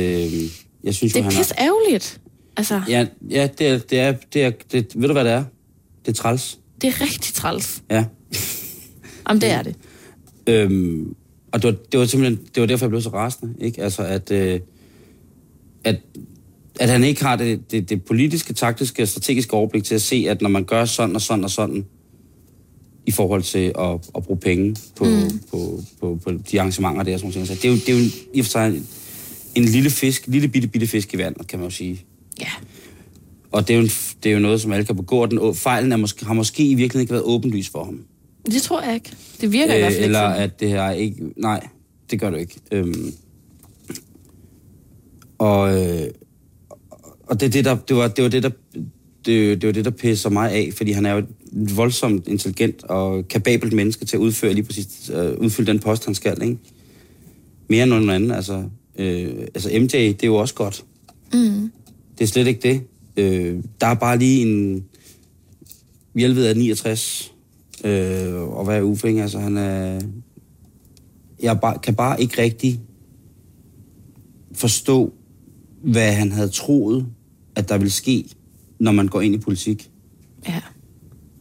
C: jeg synes
B: Mm-hmm. Det
C: jo,
B: er
C: han
B: pisse
C: har...
B: ærgerligt. Altså, ja.
C: Ja, ja det, er, det, er, det, er, det, ved du hvad det er? Det er træls.
B: det er rigtig træls.
C: Ja.
B: Om det er det.
C: Øhm, og det var, det var simpelthen, det var derfor, jeg blev så rasende, ikke? Altså, at, øh, at, at han ikke har det, det, det politiske, taktiske og strategiske overblik til at se, at når man gør sådan og sådan og sådan, i forhold til at, at bruge penge på, mm. på, på, på, de arrangementer der, og sådan noget. Det er jo, det er jo en- i og for sig en, en lille fisk, lille bitte, bitte fisk i vandet, kan man jo sige.
B: Ja.
C: Og det er jo, en, det er jo noget, som alle kan begå, og den, å- fejlen er måske, har måske i virkeligheden ikke været åbenlys for ham.
B: Det tror jeg ikke. Det virker øh, i hvert fald
C: eller
B: ikke sådan.
C: at det her ikke... Nej, det gør du ikke. Øhm, og øh, og det, er det, der, det, var, det var det, der... Det, det var det, der pisser mig af, fordi han er jo et voldsomt intelligent og kapabelt menneske til at udføre lige præcis, øh, udfylde den post, han skal, ikke? Mere end nogen anden, altså. Øh, altså MJ, det er jo også godt.
B: Mm.
C: Det er slet ikke det. Øh, der er bare lige en... Hjelved er 69. Øh, og hvad er Uffe, ikke? Altså, han er... Jeg er bare, kan bare ikke rigtig forstå, hvad han havde troet, at der ville ske, når man går ind i politik.
B: Ja.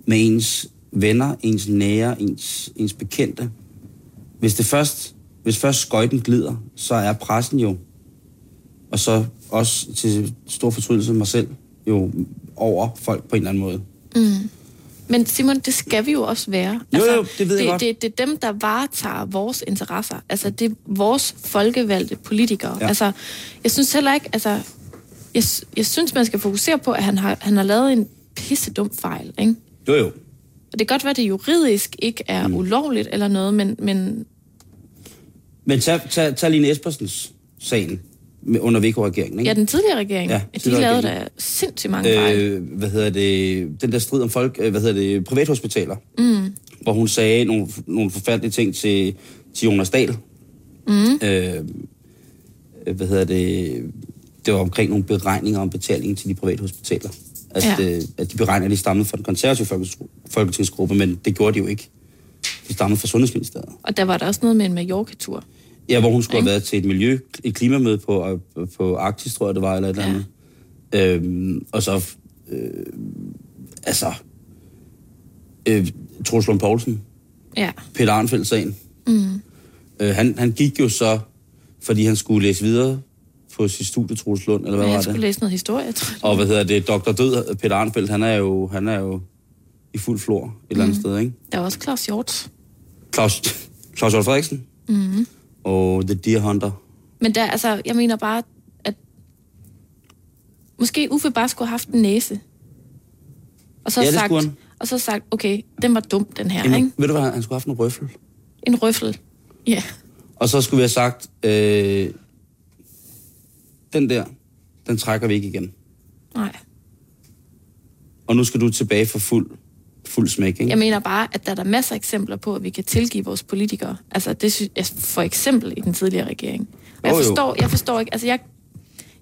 C: Med ens venner, ens nære, ens, ens bekendte. Hvis det først, hvis først skøjten glider, så er pressen jo, og så også til stor fortrydelse mig selv, jo over folk på en eller anden måde.
B: Men Simon, det skal vi jo også være. Altså,
C: Jo, jo, det ved jeg
B: det,
C: godt.
B: Det, det er dem, der varetager vores interesser. Altså, det er vores folkevalgte politikere.
C: Ja.
B: Ja. Altså, jeg synes heller ikke, altså... Jeg, s- jeg synes, man skal fokusere på, at han har, han har lavet en pisse dum fejl, ikke?
C: Jo jo,
B: Og det kan godt være, at det juridisk ikke er mm. ulovligt eller noget, men, men
C: Mm. Men tag, tag, tag Line Espersens sagen med- under VK-regeringen,
B: ja,
C: ikke?
B: den tidligere regering,
C: Ja,
B: ja, de
C: tidligere
B: lavede da
C: regering.
B: sindssygt mange øh, fejl.
C: øh, hvad hedder det, den der strid om folk, øh, hvad hedder det, privathospitaler, mm. hvor hun sagde nogle, nogle forfærdelige ting til, til Jonas Dahl. Mm. Øh, hvad hedder det, det var omkring nogle beregninger om betaling til de private hospitaler. At, ja.
B: Ja.
C: øh, at de beregninger, de stammede fra den konservative folkes- folketingsgruppe, men det gjorde de jo ikke. De stammede fra Sundhedsministeriet.
B: Og der var der også noget med en Mallorca-tur.
C: Ja, hvor hun skulle have været til et miljø, et klimamøde på, på Arktis, tror jeg det var, eller et eller andet. Øhm, og så, øh, altså, øh, Troels Lund Poulsen,
B: Ja.
C: Peter Arnfeldt-sagen.
B: Mm.
C: Øh, han, han gik jo så, fordi han skulle læse videre på sit studie, Troels Lund, eller hvad
B: Men
C: var
B: jeg
C: det?
B: skulle læse noget historie, tror jeg.
C: Og hvad hedder det, Dr. Død, Peter Arnfeldt, han er jo, han er jo i fuld flor et eller
B: Mm.
C: andet sted, ikke?
B: Der var også Claus Hjort.
C: Claus, Claus Hjort Frederiksen
B: Mm.
C: og The Deer Hunter.
B: Men der, altså, jeg mener bare, at måske Uffe bare skulle have haft en næse. Og så
C: Ja, det
B: sagt,
C: skulle han.
B: Og så sagt, okay, den var dum, den her,
C: En,
B: ikke?
C: ved du hvad, han skulle have haft en røffel.
B: En røffel. Ja.
C: Og så skulle vi have sagt, øh, den der, den trækker vi ikke igen.
B: Nej.
C: Og nu skal du tilbage for fuld, fuld smæk, ikke?
B: Jeg mener bare, at der er der masser af eksempler på, at vi kan tilgive vores politikere. Altså, det synes jeg, for eksempel i den tidligere regering. Og jeg
C: Jo, jo.
B: forstår, jeg forstår ikke, altså jeg,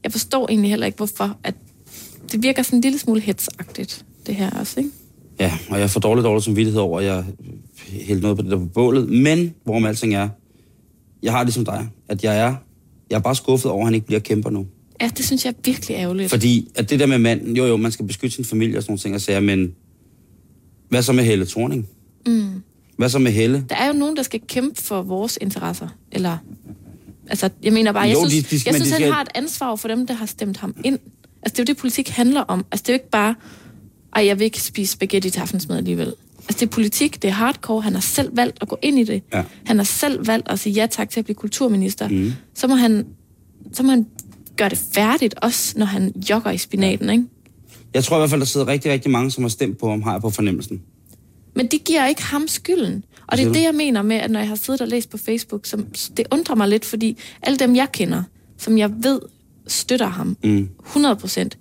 B: jeg forstår egentlig heller ikke, hvorfor, at det virker sådan en lille smule hetsagtigt, det her også, ikke?
C: Ja, og jeg får dårligt dårlig samvittighed over, at jeg hældte noget på det der på bålet. Men, hvorom alting er, jeg har det som dig, at jeg er, jeg er bare skuffet over, at han ikke bliver kæmper nu.
B: Ja, det synes jeg er virkelig ærgerligt.
C: Fordi at det der med manden, jo jo, man skal beskytte sin familie og sådan nogle ting, og sager, men hvad så med Helle Thorning?
B: Mm.
C: Hvad så med Helle?
B: Der er jo nogen, der skal kæmpe for vores interesser, eller... Altså, jeg mener bare, jeg
C: Jo, de-
B: synes,
C: de-
B: jeg
C: men
B: synes
C: de
B: han
C: skal-
B: har et ansvar for dem, der har stemt ham ind. Altså, det er jo det, politik handler om. Altså, det er jo ikke bare, ej, jeg vil ikke spise spaghetti til aftensmad alligevel. Altså, det er politik, det er hardcore, han har selv valgt at gå ind i det.
C: Ja.
B: Han har selv valgt at sige ja tak til at blive kulturminister.
C: Mhm.
B: Så, må han, så må han gøre det færdigt, også når han jogger i spinaten, ikke?
C: Jeg tror i hvert fald, der sidder rigtig, rigtig mange, som har stemt på ham, har jeg på fornemmelsen.
B: Men det giver ikke ham skylden. Og det
C: siger
B: er
C: du?
B: det, jeg mener med, at når jeg har siddet og læst på Facebook, som, det undrer mig lidt, fordi alle dem, jeg kender, som jeg ved støtter ham
C: Mm.
B: 100 procent,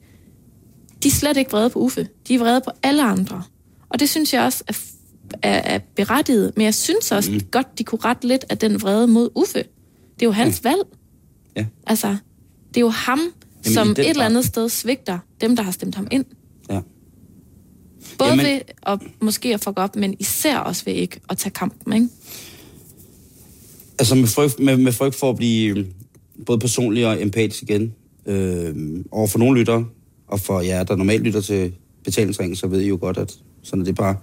B: de er slet ikke vrede på Uffe. De er vrede på alle andre. Og det synes jeg også er, f- er, er berettiget. Men jeg synes også mm. godt, de kunne rette lidt af den vrede mod Uffe. Det er jo hans valg.
C: Mm. Ja.
B: Altså, det er jo ham, Jamen,
C: i
B: som
C: den
B: et eller
C: grad.
B: andet sted svigter dem, der har stemt ham ind.
C: Ja.
B: Både Jamen...
C: Jamen-
B: ved at måske at fuck op, men især også ved ikke at tage kampen, ikke?
C: Altså med frygt, med, med frygt for at blive øh, både personlig og empatisk igen. Øh, over for nogle lyttere, og for jer, der normalt lytter til betalingsringen, så ved I jo godt, at sådan er det bare.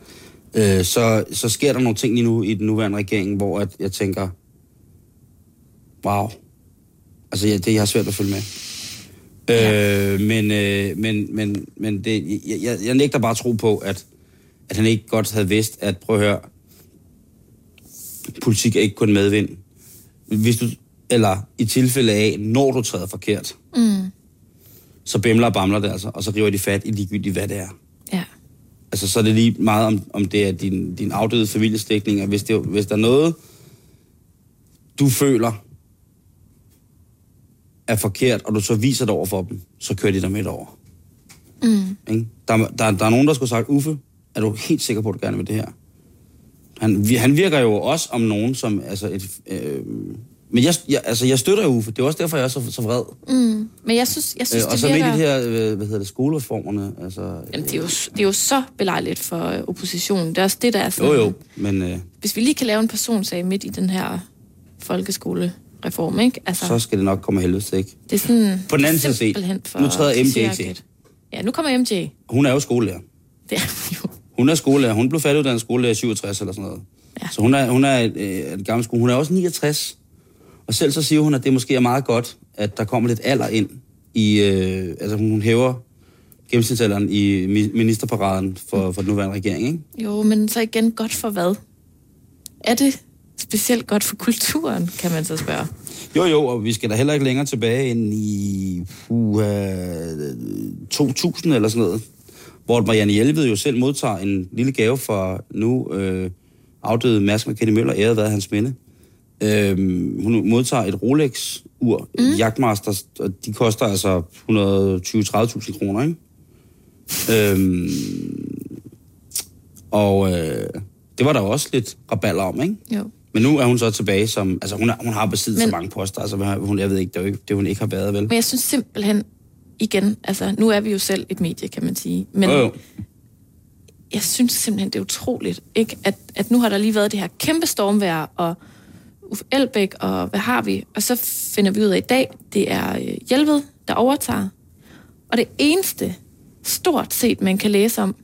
C: Øh, så, så sker der nogle ting lige nu i den nuværende regering, hvor at jeg tænker, wow. Altså jeg, det jeg har svært at følge med. Øh, men, øh, men, men, men det, jeg, jeg, jeg nægter bare at tro på, at, at han ikke godt havde vidst, at prøv at høre, politik er ikke kun medvind. Hvis du, eller i tilfælde af, når du træder forkert, mm. så bimler og bamler det altså, og så river de fat i ligegyldigt, hvad det er.
B: Ja.
C: Altså, så er det lige meget, om, om det er din, din afdøde familieslægtning, og hvis, det, hvis der er noget, du føler er forkert, og du så viser det over for dem, så kører de dig midt over.
B: Mm.
C: Ikke? Der, der, der er nogen, der skulle have sagt, Uffe, er du helt sikker på, at du gerne vil det her? Han, vi- han virker jo også om nogen som... Altså et, øh, men jeg, jeg, altså, jeg støtter jo Uffe. Det er også derfor, jeg er så, så vred.
B: Mm. Men jeg synes, jeg synes
C: Øh, og
B: det
C: så med
B: virker...
C: de her, øh, hvad hedder det, skolereformerne. Altså,
B: Jamen, det, er jo, det er jo så belejligt for øh, oppositionen. Det er også det, der er sådan...
C: jo, jo, men øh,
B: Hvis vi lige kan lave en personsag midt i den her folkeskolereform, ikke? Altså,
C: så skal det nok komme af helvede til, ikke?
B: det er sådan...
C: På den anden side set,
B: simpelthen for
C: nu træder MJ til.
B: klichéagtigt. Ja, nu kommer MJ.
C: Hun er jo skolelærer.
B: Det er (laughs) hun jo.
C: Hun er skolelærer. Hun blev færdiguddannet skolelærer i 67 eller sådan noget.
B: Ja.
C: Ja. Så hun er, hun er et, øh, et gammel skole. Hun er også 69. Og selv så siger hun, at det måske er meget godt, at der kommer lidt alder ind i... Øh, altså hun hun hæver gennemsnitsalderen i mi- ministerparaden for, for den nuværende regering, ikke?
B: Jo, men så igen, godt for hvad? Er det specielt godt for kulturen, kan man så spørge.
C: Jo, jo, og vi skal da heller ikke længere tilbage end i uh, 2000 eller sådan noget, hvor Marianne Hjelved jo selv modtager en lille gave fra nu øh, afdøde Mads McKinney Møller, æret været hans minde. Øhm, hun modtager et Rolex-ur, mm. et Jagdmaster, og de koster altså 120-30.000 kroner, ikke? Øhm, og øh, det var der jo også lidt raballer om, ikke?
B: Jo.
C: Men nu er hun så tilbage som... Altså, hun, er, hun har besiddet
B: Men-
C: så mange poster. Altså, hvad har- hun, jeg ved ikke, det er jo ikke, det, hun ikke har været, vel?
B: Men jeg synes simpelthen, igen, altså nu er vi jo selv et medie, kan man sige. Men
C: jo, jo.
B: jeg synes simpelthen, det er utroligt, ikke? At, at nu har der lige været det her kæmpe stormvejr, og Uffe Elbæk, og hvad har vi? Og så finder vi ud af i dag, det er øh, Hjelved, der overtager. Og det eneste, stort set, man kan læse om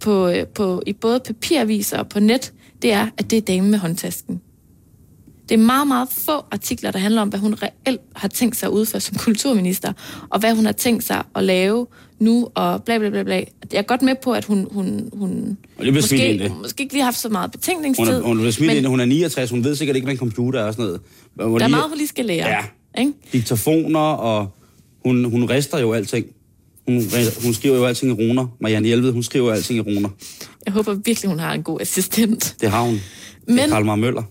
B: på, øh, på, i både papiraviser og på net, det er, at det er damen med håndtasken. Det er meget, meget få artikler, der handler om, hvad hun reelt har tænkt sig at udføre som kulturminister, og hvad hun har tænkt sig at lave nu, og bla bla bla bla. Jeg er godt med på, at hun, hun, hun
C: Og det bliver smidt ind,
B: måske,
C: det.
B: måske ikke lige har haft så meget
C: Hun
B: betænkningstid.
C: er, hun er smidt
B: men
C: ind, hun er 69, hun ved sikkert ikke, hvad en computer er og sådan noget. Hvor
B: der er
C: lige-
B: meget, hun lige skal lære.
C: Ja.
B: Ikke?
C: Diktafoner, og hun, hun rister jo alting. Hun, re- hun skriver jo alting i runer. Marianne Hjelved, hun skriver jo alting i runer.
B: Jeg håber virkelig, hun har en god assistent.
C: Det har hun. Men... Det er
B: Men-
C: Karl Mar Møller.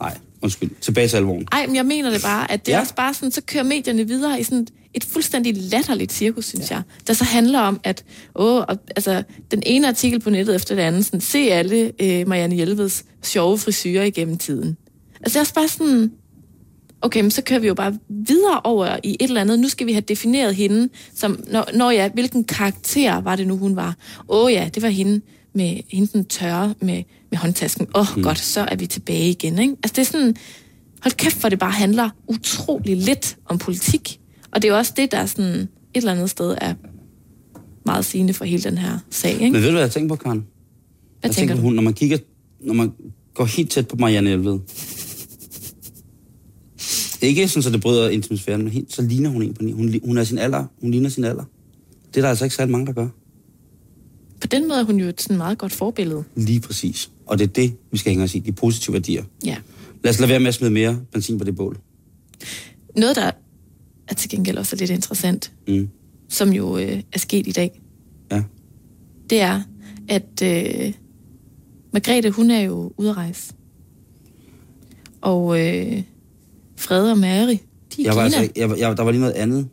C: Nej, undskyld. Tilbage til alvoren.
B: Ej, men jeg mener det bare, at det ja.
C: Ja.
B: er også bare sådan, så kører medierne videre i sådan et fuldstændig latterligt cirkus, synes ja. jeg, der så handler om, at åh, og, altså, den ene artikel på nettet efter det andet, sådan, se alle øh, Marianne Hjelveds sjove frisyrer igennem tiden. Altså, det er også bare sådan, okay, men så kører vi jo bare videre over i et eller andet. Nu skal vi have defineret hende som, når, når ja, hvilken karakter var det nu, hun var? Åh ja, det var hende med hende den tørre med, med håndtasken. Åh oh, mm. godt, så er vi tilbage igen, ikke? Altså det er sådan, hold kæft, for det bare handler utrolig lidt om politik. Og det er jo også det, der er sådan et eller andet sted er meget sigende for hele den her sag, ikke?
C: Men ved du, hvad jeg tænker på, Karen?
B: Hvad
C: jeg
B: tænker
C: tænker
B: du?
C: på, Hun, når, man kigger, når man går helt tæt på Marianne Hjelved. Ikke sådan, så det bryder intimsfæren, men helt, så ligner hun en på ni. Hun, li- hun er sin alder. Hun ligner sin alder. Det er der altså ikke særlig mange, der gør.
B: På den måde er hun jo et sådan meget godt forbillede.
C: Lige præcis. Og det er det, vi skal hænge os i. De positive værdier.
B: Ja.
C: Lad os lade være med at smide mere benzin på det bål. Mm.
B: Noget, der er til gengæld også er lidt interessant,
C: Mm.
B: som jo øh, er sket i dag,
C: Ja.
B: det er, at øh, Margrethe, hun er jo ude at rejse. Og øh, Fred og Mary, de er i
C: Jeg var
B: Kina.
C: altså, ikke- jeg, var- jeg, der var lige noget andet.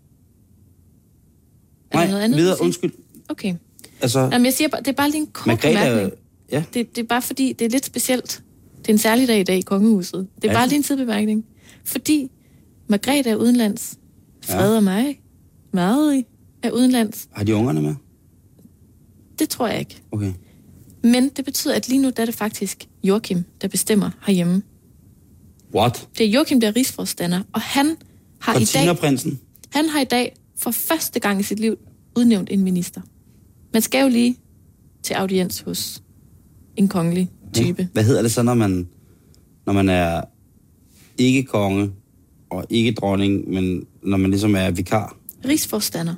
B: Er der noget andet, du vil
C: videre,
B: sige?
C: undskyld.
B: Okay.
C: Altså,
B: Jamen, jeg siger bare, det er bare lige en kort
C: Margrethe er-
B: bemærkning.
C: ja.
B: Det, det er bare fordi, det er lidt specielt. Det er en særlig dag i dag i kongehuset. Det er
C: Er
B: bare
C: det?
B: lige en sidebemærkning. Fordi Margrethe er udenlands. Fred
C: Ja.
B: og Mary, Mary er udenlands.
C: Har de ungerne med?
B: Det tror jeg ikke.
C: Okay.
B: Men det betyder, at lige nu der er det faktisk Joachim, der bestemmer herhjemme.
C: What?
B: Det er Joachim, der er rigsforstander, og han har, i dag,
C: Cortina-prinsen?
B: han har i dag for første gang i sit liv udnævnt en minister. Man skal jo lige til audiens hos en kongelig type.
C: Hvad hedder det så, når man, når man er ikke konge og ikke dronning, men når man ligesom er vikar?
B: Rigsforstander.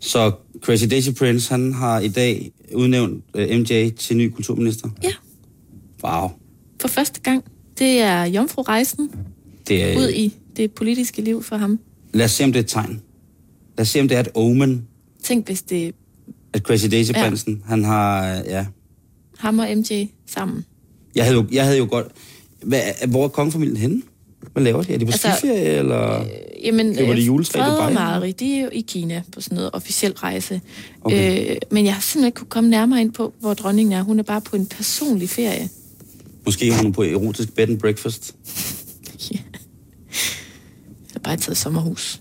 C: Så Crazy Daisy Prince, han har i dag udnævnt øh, MJ til ny kulturminister.
B: Ja,
C: Wow.
B: for første gang. Det er jomfru-rejsen
C: Det er,
B: ud i det politiske liv for ham.
C: Lad os se, om det er et tegn. Lad os se, om det er et omen,
B: Tænk, hvis det er
C: at Crazy Daisy
B: Ja.
C: Prinsen, han har... øh, Ja.
B: ham og MJ sammen.
C: Jeg havde jo, jeg havde jo godt... Hvad, hvor er kongefamilien henne? Hvad laver de? Er de på
B: Altså,
C: altså, skiferie, eller...
B: Jamen,
C: Køber de
B: øh,
C: juletræ i
B: Frede og
C: Dubai?
B: Mari, de er jo i Kina på sådan noget officiel rejse.
C: Okay.
B: Okay. Øh, men jeg har simpelthen ikke kunne komme nærmere ind på, hvor dronningen er. Hun er bare på en personlig ferie.
C: Måske er hun på erotisk bed and breakfast.
B: Ja. Jeg har bare taget et sommerhus.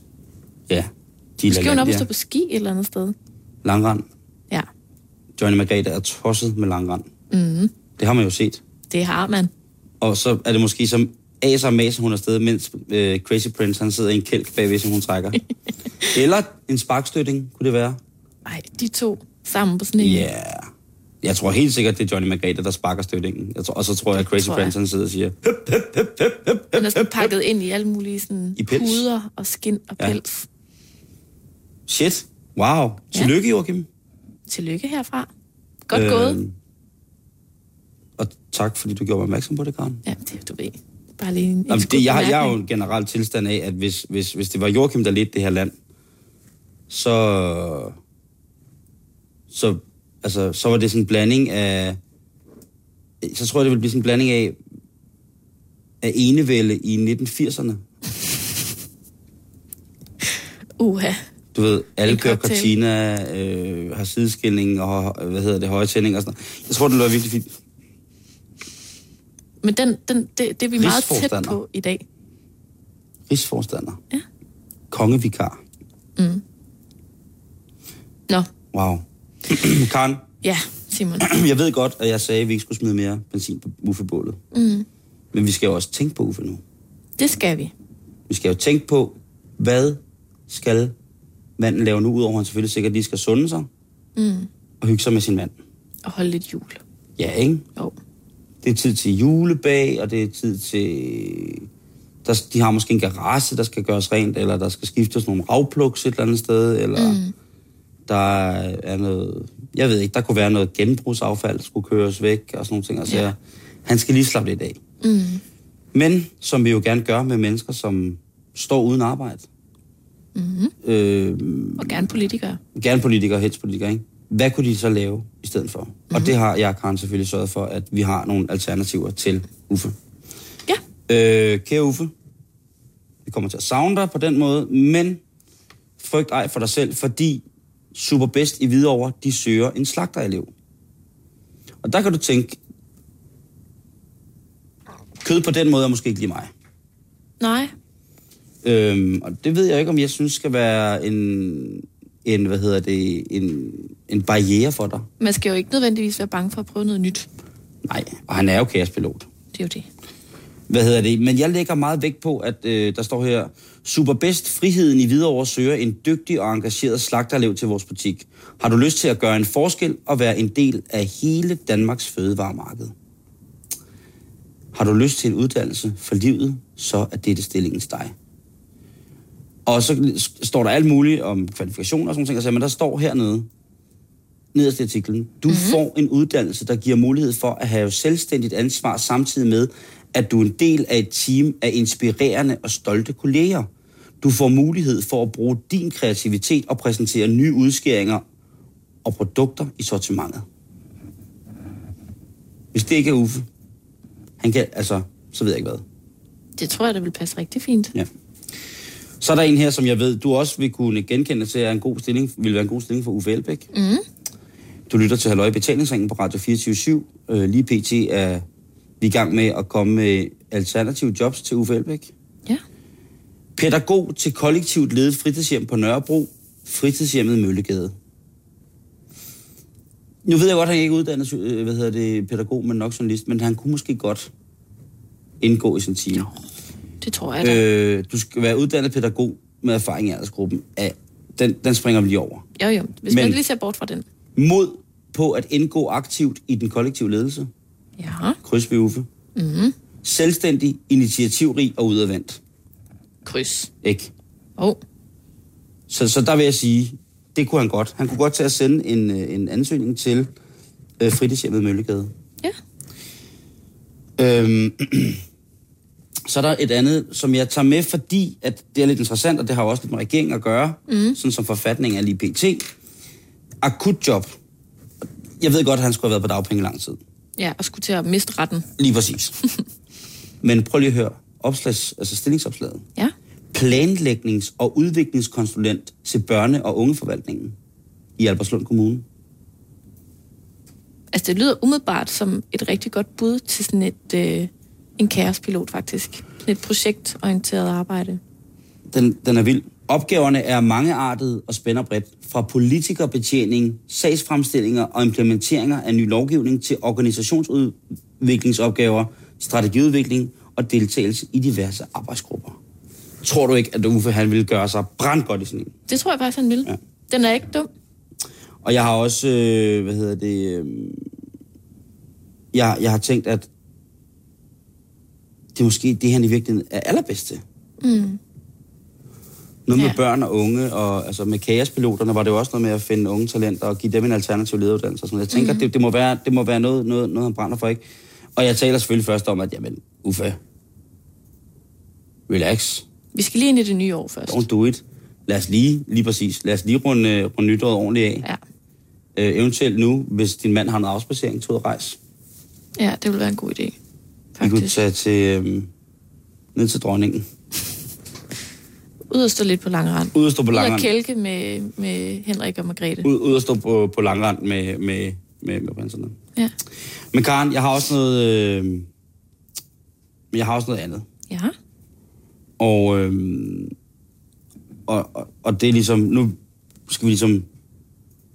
C: Ja. De
B: Måske hun op og
C: Lalandia.
B: stå på ski et eller andet sted.
C: Langrand.
B: Ja,
C: Johnny Margrethe er tosset med langrand.
B: Mhm.
C: Mm. Det har man jo set.
B: det har man.
C: Og så er det måske som Aser og Mason, hun er afsted, mens øh, Crazy Prince han sidder i en kælk bagved, som hun
B: (laughs)
C: trækker. Eller en sparkstøtting, kunne det være?
B: Ej, de to sammen på sådan en.
C: Ja. Yeah. Jeg tror helt sikkert, det er Johnny Margrethe, der sparker støttingen. Jeg tror, og så tror jeg, at Crazy
B: tror jeg.
C: Prince han sidder og siger,
B: Hun er sådan pakket ind i alle mulige sådan
C: I pels.
B: puder og skin og
C: Ja.
B: pels.
C: shit, wow, tillykke Joachim. Øhm,
B: Tillykke herfra. Godt øh... gået.
C: Og tak, fordi du gjorde mig opmærksom på det, Karen.
B: Ja, det du ved. Bare lige en, en
C: Jamen,
B: skud
C: det, jeg, har- jeg er jo
B: bemærkning.
C: en generel tilstand af, at hvis, hvis, hvis det var Joachim, der ledte det her land, så, så, altså, så var det sådan en blanding af... Så tror jeg, det ville blive sådan en blanding af, af enevælde i 1980'erne.
B: Uha.
C: Du ved, alle
B: En
C: kører
B: cocktail.
C: Cortina, øh, har sideskilling og hvad hedder det, høje tænding og sådan noget. Jeg tror, det lød virkelig fint.
B: Men den, den, det, det er vi meget tæt
C: Rigsforstander.
B: på i dag.
C: Rigsforstander.
B: Ja.
C: Kongevikar.
B: Nå,
C: Wow. (clears throat) Karen,
B: ja, Simon.
C: (clears throat) jeg ved godt, at jeg sagde, at vi ikke skulle smide mere benzin på uffebålet.
B: Mm,
C: Men vi skal jo også tænke på Uffe nu.
B: det skal vi.
C: Vi skal jo tænke på, hvad skal manden lave nu, udover at han selvfølgelig sikkert lige skal sunde sig
B: Mm.
C: og hygge sig med sin mand.
B: Og holde lidt jul.
C: Ja, ikke?
B: Jo.
C: Det er tid til julebag, og det er tid til... Der, de har måske en garage, der skal gøres rent, eller der skal skiftes nogle ragplugs et eller andet sted, eller mm. der er noget... Jeg ved ikke, der kunne være noget genbrugsaffald, skulle køres væk og sådan nogle ting. Altså,
B: Ja.
C: ja. Han skal lige slappe lidt af.
B: Mm.
C: Men som vi jo gerne gør med mennesker, som står uden arbejde. Mm-hmm. Øh,
B: Og gerne politikere.
C: gerne politikere, helst politikere, ikke? Hvad kunne de så lave i stedet for? Mm-hmm. Og det har jeg og Karen selvfølgelig sørget for, at vi har nogle alternativer til Uffe.
B: Ja.
C: Øh, kære Uffe, vi kommer til at savne dig på den måde, men frygt ej for dig selv, fordi Superbest i Hvidovre, de søger en slagterelev. Og der kan du tænke, kød på den måde er måske ikke lige mig.
B: Nej.
C: Øhm, og det ved jeg ikke, om jeg synes skal være en, en hvad hedder det, en, en barriere for dig.
B: Man skal jo ikke nødvendigvis være bange for at prøve noget nyt.
C: Nej, og han er jo kaospilot.
B: Det er jo det.
C: Hvad hedder det? Men jeg lægger meget vægt på, at øh, der står her, Superbest Friheden i Hvidovre søger en dygtig og engageret slagterlev til vores butik. Har du lyst til at gøre en forskel og være en del af hele Danmarks fødevaremarked? Har du lyst til en uddannelse for livet, så er dette stillingens dig. Og så står der alt muligt om kvalifikationer og sådan nogle ting, men der står hernede, nederst i artiklen, du mm-hmm. får en uddannelse, der giver mulighed for at have selvstændigt ansvar, samtidig med, at du er en del af et team af inspirerende og stolte kolleger. Du får mulighed for at bruge din kreativitet og præsentere nye udskæringer og produkter i sortimentet. Hvis det ikke er Uffe, han kan, altså, så ved jeg ikke hvad.
B: Det tror jeg, der vil passe rigtig fint.
C: Ja. Så er der en her, som jeg ved, du også vil kunne genkende til, er en god stilling, vil være en god stilling for Uffe Elbæk. Mm. Du lytter til Halløj i Betalingsringen på Radio 24 øh, Lige pt. er vi i gang med at komme med alternative jobs til Uffe Elbæk.
B: Ja.
C: Pædagog til kollektivt ledet fritidshjem på Nørrebro, fritidshjemmet Møllegade. Nu ved jeg godt, at han ikke er uddannet øh, hvad hedder det, pædagog, men nok journalist, men han kunne måske godt indgå i sin time.
B: Det tror jeg da. Øh.
C: Øh, du skal være uddannet pædagog med erfaring i aldersgruppen. Ja, den, den springer vi lige over.
B: Jo, jo. Hvis men...
C: men-
B: man lige ser bort fra den.
C: Mod på at indgå aktivt i den kollektive ledelse.
B: Ja.
C: Kryds ved Uffe. Mm-hmm. Selvstændig, initiativrig og udadvendt.
B: Kryds.
C: Ikke?
B: Åh. Oh.
C: Så, så der vil jeg sige, det kunne han godt. Han kunne godt til at sende en, øh, en ansøgning til øh, fritidshjemmet Møllegade.
B: Ja.
C: Øhm, (clears throat) så er der et andet, som jeg tager med, fordi at det er lidt interessant, og det har jo også lidt med regeringen at gøre, mm. sådan som forfatningen er lige pt. Akutjob. Jeg ved godt, at han skulle have været på dagpenge i lang tid.
B: Ja, og skulle til at miste retten.
C: Lige præcis. Men prøv lige at høre. Opslags, altså stillingsopslaget.
B: Ja.
C: Planlægnings- og udviklingskonsulent til børne- og ungeforvaltningen i Albertslund Kommune.
B: Altså, det lyder umiddelbart som et rigtig godt bud til sådan et, øh, en kaospilot, faktisk. Sådan et projektorienteret arbejde.
C: Den, den er vild. Opgaverne er mangeartede og spænder bredt. Fra politikerbetjening, sagsfremstillinger og implementeringer af ny lovgivning til organisationsudviklingsopgaver, strategiudvikling og deltagelse i diverse arbejdsgrupper. Tror du ikke, at Uffe han ville gøre sig brandgodt i sådan en?
B: Det tror jeg faktisk, han vil.
C: Ja.
B: Ja. Den er ikke dum.
C: Og jeg har også, øh, hvad hedder det, øh, jeg, jeg har tænkt, at det er måske det, han i virkeligheden er allerbedst til. Mm. Noget med
B: Ja.
C: børn og unge, og altså med kaospiloterne var det jo også noget med at finde unge talenter og give dem en alternativ lederuddannelse. Og sådan. noget. Jeg tænker, mm. det, det, må være, det må være noget, noget, noget, han brænder for, ikke? Og jeg taler selvfølgelig først om, at jamen, Uffe, relax,
B: Vi skal lige ind i det nye år først.
C: don't do it. Lad os lige, lige præcis, lad os lige runde, øh, runde nytåret ordentligt af.
B: Ja.
C: Øh, eventuelt nu, hvis din mand har en afspacering, tog at rejse.
B: ja, det vil være en god idé.
C: I kunne
B: Faktisk.
C: tage til, øh, ned til dronningen.
B: Ud og stå lidt på langrand.
C: Ud og stå på
B: Ud og
C: langrand.
B: kælke med, med Henrik og Margrethe.
C: Ud, ud og stå på, på langrand med, med, med, med prinserne.
B: Ja.
C: Men Karen, jeg har også noget... Øh, men jeg har også noget andet.
B: Ja.
C: Og, øh, og, og, og det er ligesom... Nu skal vi ligesom...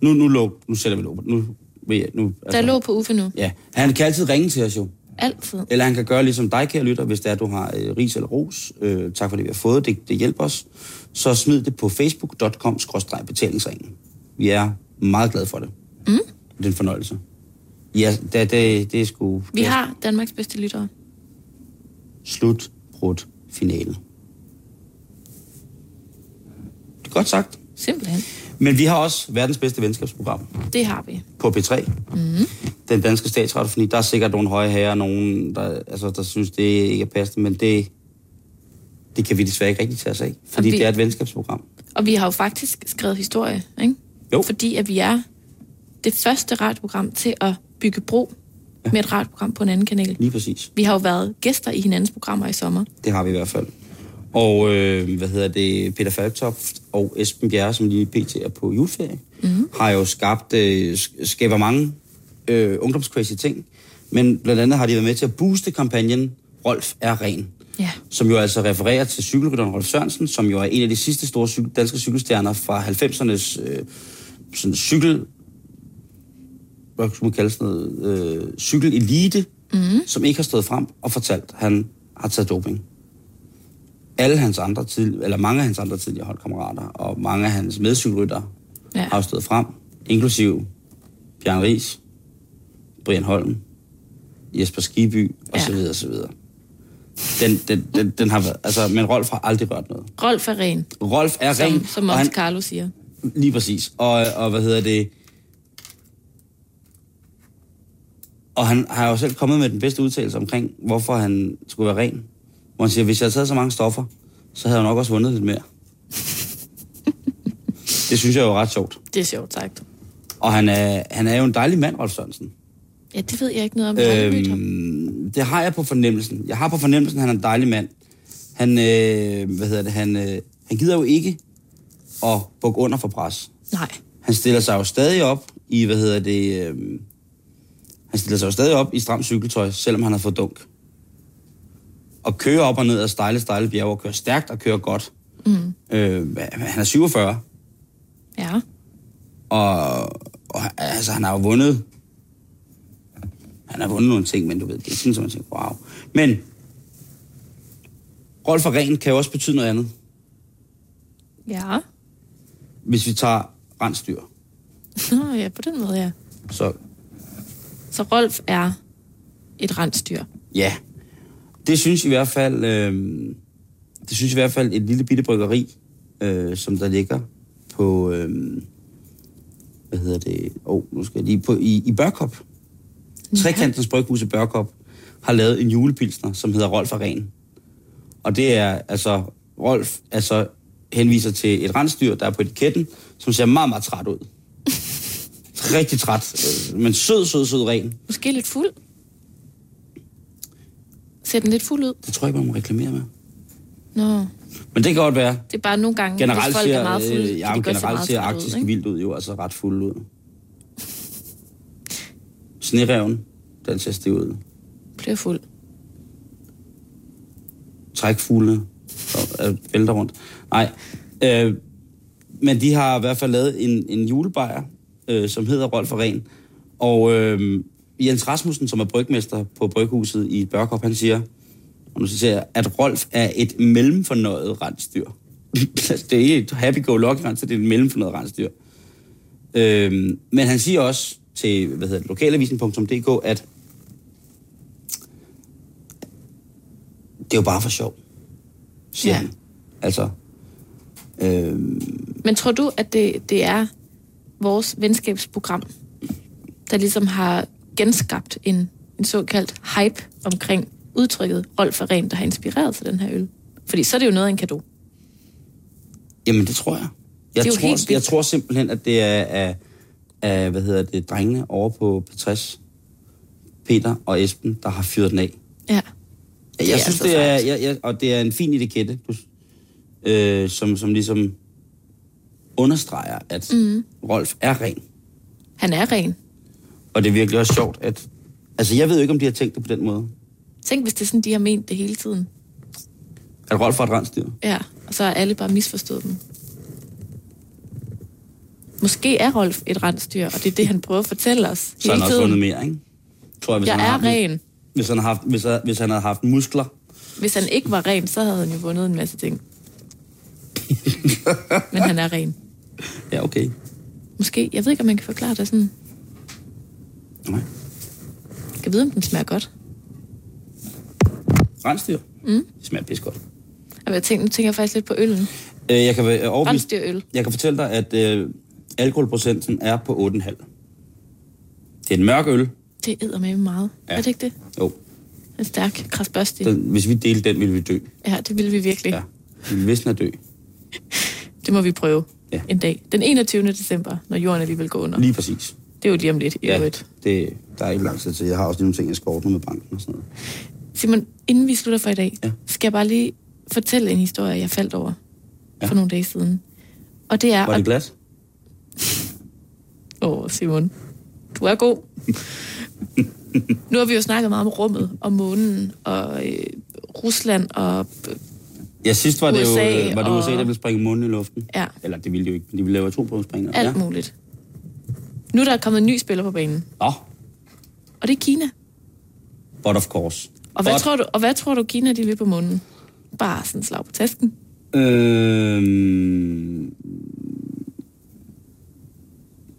C: Nu, altså, nu, luk, nu sætter vi låg. på- Nu, ved jeg- nu,
B: Der lå på Uffe nu.
C: Ja, han kan altid ringe til os jo.
B: Altid.
C: Eller han kan gøre ligesom dig, kære lytter, hvis det er, du har øh, ris eller ros. Øh, tak for det, vi har fået. Det, det hjælper os. Så smid det på facebook.com-betalingsringen. Vi er meget glade for det.
B: Mm.
C: Det er en fornøjelse. Ja, det, det, det er sgu...
B: Vi
C: det er
B: har Danmarks bedste lyttere.
C: Slut, brudt, finale. Det er godt sagt.
B: Simpelthen.
C: Men vi har også verdens bedste venskabsprogram
B: Det har vi.
C: på P3.
B: Mm.
C: Den danske statsradiofoni. Der er sikkert nogle høje herrer, nogen, der, altså, der synes, det ikke er passende, men det, det kan vi desværre ikke rigtig tage os af, fordi
B: vi-
C: vi... det er et venskabsprogram.
B: Og vi har jo faktisk skrevet historie, ikke?
C: Jo.
B: Fordi at vi er det første radioprogram til at bygge bro ja. med et radioprogram på en anden kanal.
C: Lige præcis.
B: Vi har jo været gæster i hinandens programmer i sommer.
C: Det har vi i hvert fald. Og øh, hvad hedder det, Peter Falktoft og Esben Bjerre, som lige pt. er på juleferie, mm-hmm. har jo skabt, øh, sk- skaber mange øh, ungdomscrazy ting. Men blandt andet har de været med til at booste kampagnen Rolf er ren.
B: Ja.
C: som jo altså refererer til cykelrytteren Rolf Sørensen, som jo er en af de sidste store cykel, danske cykelstjerner fra 90'ernes øh, sådan cykel... Hvad skulle man kalde sådan noget? Øh, cykelelite, mm. som ikke har stået frem og fortalt, at han har taget doping. Alle hans andre tid, eller mange af hans andre tidligere holdkammerater, og mange af hans medcykelryttere
B: Ja.
C: ja. har jo stået frem, inklusiv Bjørn Ries, Brian Holm, Jesper Skiby,
B: Ja.
C: osv. Ja. osv. Den, den, den, den har været, altså, men Rolf har aldrig rørt noget.
B: Rolf er ren,
C: Rolf er
B: som,
C: ren,
B: som
C: og
B: Monte
C: han,
B: Carlo siger.
C: lige præcis. Og, og hvad hedder det? Og han har jo selv kommet med den bedste udtalelse omkring, hvorfor han skulle være ren. Hvor han siger, hvis jeg havde taget så mange stoffer, så havde jeg nok også vundet lidt
B: (laughs)
C: mere. det synes jeg jo er ret sjovt.
B: Det er sjovt sagt.
C: Og han er, han er jo en dejlig mand, Rolf Sørensen.
B: Ja, det ved jeg ikke noget om. Øhm,
C: Øhm, det har jeg på fornemmelsen. Jeg har på fornemmelsen, at han er en dejlig mand. Han, øh, hvad hedder det, han, øh, han gider jo ikke at bukke under for pres.
B: Nej.
C: Han stiller sig jo stadig op i, hvad hedder det, øh, han stiller sig jo stadig op i stramt cykeltøj, selvom han har fået dunk. Og kører op og ned ad stejle, stejle bjerge, og kører stærkt og kører godt.
B: Mm.
C: Øh, han er 47,
B: Ja.
C: og, og altså, han har jo vundet... Han har vundet nogle ting, men du ved, det er ikke sådan, som man tænker, wow. Men Rolf og Ren kan jo også betyde noget andet.
B: Ja.
C: Hvis vi tager rensdyr,
B: Nå, ja, på den måde, ja.
C: så
B: Så Rolf er et rensdyr.
C: ja. Det synes i hvert fald... Øh, det synes i hvert fald et lille bitte bryggeri, øh, som der ligger på... Øh, hvad hedder det? Åh, oh, nu skal jeg lige på... I, i Børkop. Trekantens Bryghus i Børkop har lavet en julepilsner, som hedder Rolf og Ren. Og det er altså, Rolf altså, henviser til et rensdyr, der er på etiketten, som ser meget, meget træt ud. Rigtig træt, øh, men sød, sød, sød ren.
B: Måske lidt fuld. Ser den lidt fuld ud?
C: Det tror jeg ikke, man må reklamere med.
B: Nå,
C: Men det kan godt være.
B: det er bare nogle gange,
C: Generelt
B: hvis folk
C: ser,
B: er meget fulde,
C: øh,
B: kan
C: ja,
B: de
C: men
B: godt se
C: generelt
B: meget
C: ser
B: trætte ud,
C: arktisk
B: ikke?
C: vildt ud, jo, altså ret fuld ud. Snereven, den ser stiv ud.
B: Bliver fuld.
C: trækfugle, der øh, vælter rundt. Nej. Øh, men de har i hvert fald lavet en, en julebajer, øh, som hedder Rolf og Ren. Og øh, Jens Rasmussen, som er brygmester på bryghuset i Børkop, han siger, og nu siger jeg, at Rolf er et mellemfornøjet rensdyr. (laughs) Altså, det er ikke et happy-go-lucky rensdyr, det er et mellemfornøjet rensdyr. Øh, men han siger også til hvad hedder det, lokalavisen.dk, at det er jo bare for sjov, siger
B: Ja.
C: ja. han. Altså, øh,
B: Men tror du, at det, det er vores venskabsprogram, der ligesom har genskabt en, en såkaldt hype omkring udtrykket Rolf og Ren, der har inspireret til den her øl? Fordi så er det jo noget af en gave.
C: Jamen, det tror jeg. Jeg,
B: Det er jo
C: tror,
B: helt vildt.
C: jeg tror simpelthen, at det er af, af, hvad hedder det, drengene over på P60, Peter og Esben, der har fyret den af.
B: Ja.
C: Jeg,
B: Det er
C: jeg synes,
B: altså
C: det er,
B: sejt.
C: jeg, jeg, og det er en fin etikette, du, øh, som, som ligesom understreger, at
B: Mhm.
C: mm. Rolf er ren.
B: Han er ren.
C: Og det er virkelig også sjovt, at... Altså, jeg ved jo ikke, om de har tænkt det på den måde.
B: Tænk, hvis det er sådan, de har ment det hele tiden.
C: At Rolf var et rensdyr.
B: Ja, og så har alle bare misforstået dem. Måske er Rolf et rensdyr, og det er det, han prøver at fortælle os
C: Så har
B: hele
C: han også
B: tiden.
C: vundet mere, ikke? Tror jeg, hvis
B: Jeg
C: han har
B: er
C: haft en-
B: ren.
C: hvis han, havde haft, hvis, han- hvis han havde haft muskler.
B: Hvis han ikke var ren, så havde han jo vundet en masse
C: (laughs)
B: ting. Men han er ren.
C: Ja, okay.
B: Måske. Jeg ved ikke, om man kan forklare det sådan.
C: Nej.
B: Jeg kan vide, om den smager godt.
C: Rensdyr. Mm. Det smager pis godt.
B: Og jeg tænker, nu tænker jeg faktisk lidt på øllen.
C: Øh, jeg kan være overbevist.
B: Rensdyrøl.
C: Jeg kan fortælle dig, at øh, alkoholprocenten er på 8,5. Det er en mørk øl.
B: Det æder med meget. Ja.
C: Ja.
B: Er det ikke det?
C: Jo,
B: En stærk, krasbørstig.
C: den, hvis vi delte den, ville vi dø.
B: Ja, det ville vi virkelig.
C: Ja.
B: Ja.
C: Vi ville visne dø.
B: Det må vi prøve ja.
C: Ja.
B: en dag. Den 21. december, når jorden alligevel går under.
C: Lige præcis.
B: Det er jo lige om lidt i ja. øvrigt.
C: det, der er ikke lang tid til. Jeg har også lige nogle ting, jeg skal ordne med banken og sådan noget.
B: Simon, inden vi slutter for i dag, ja.
C: Ja.
B: skal jeg bare lige fortælle en historie, jeg faldt over ja.
C: Ja.
B: for nogle dage siden. Og det er...
C: Var det glas?
B: Åh, oh, Simon. Du er (laughs) god. nu har vi jo snakket meget om rummet, og månen, og øh, Rusland, og...
C: Ja, sidst var det
B: USA
C: jo øh, var det
B: og-
C: USA, der ville springe munden i luften.
B: Ja.
C: Eller det ville de jo ikke, men de ville lave atomprøvesprængninger.
B: alt
C: ja.
B: ja. muligt. Nu er der kommet en ny spiller på banen,
C: Nå,
B: og det er Kina.
C: but of course.
B: Og hvad,
C: But-
B: tror du, og hvad tror du, Kina de vil på månen? Bare sådan slag på tasken.
C: Øhm...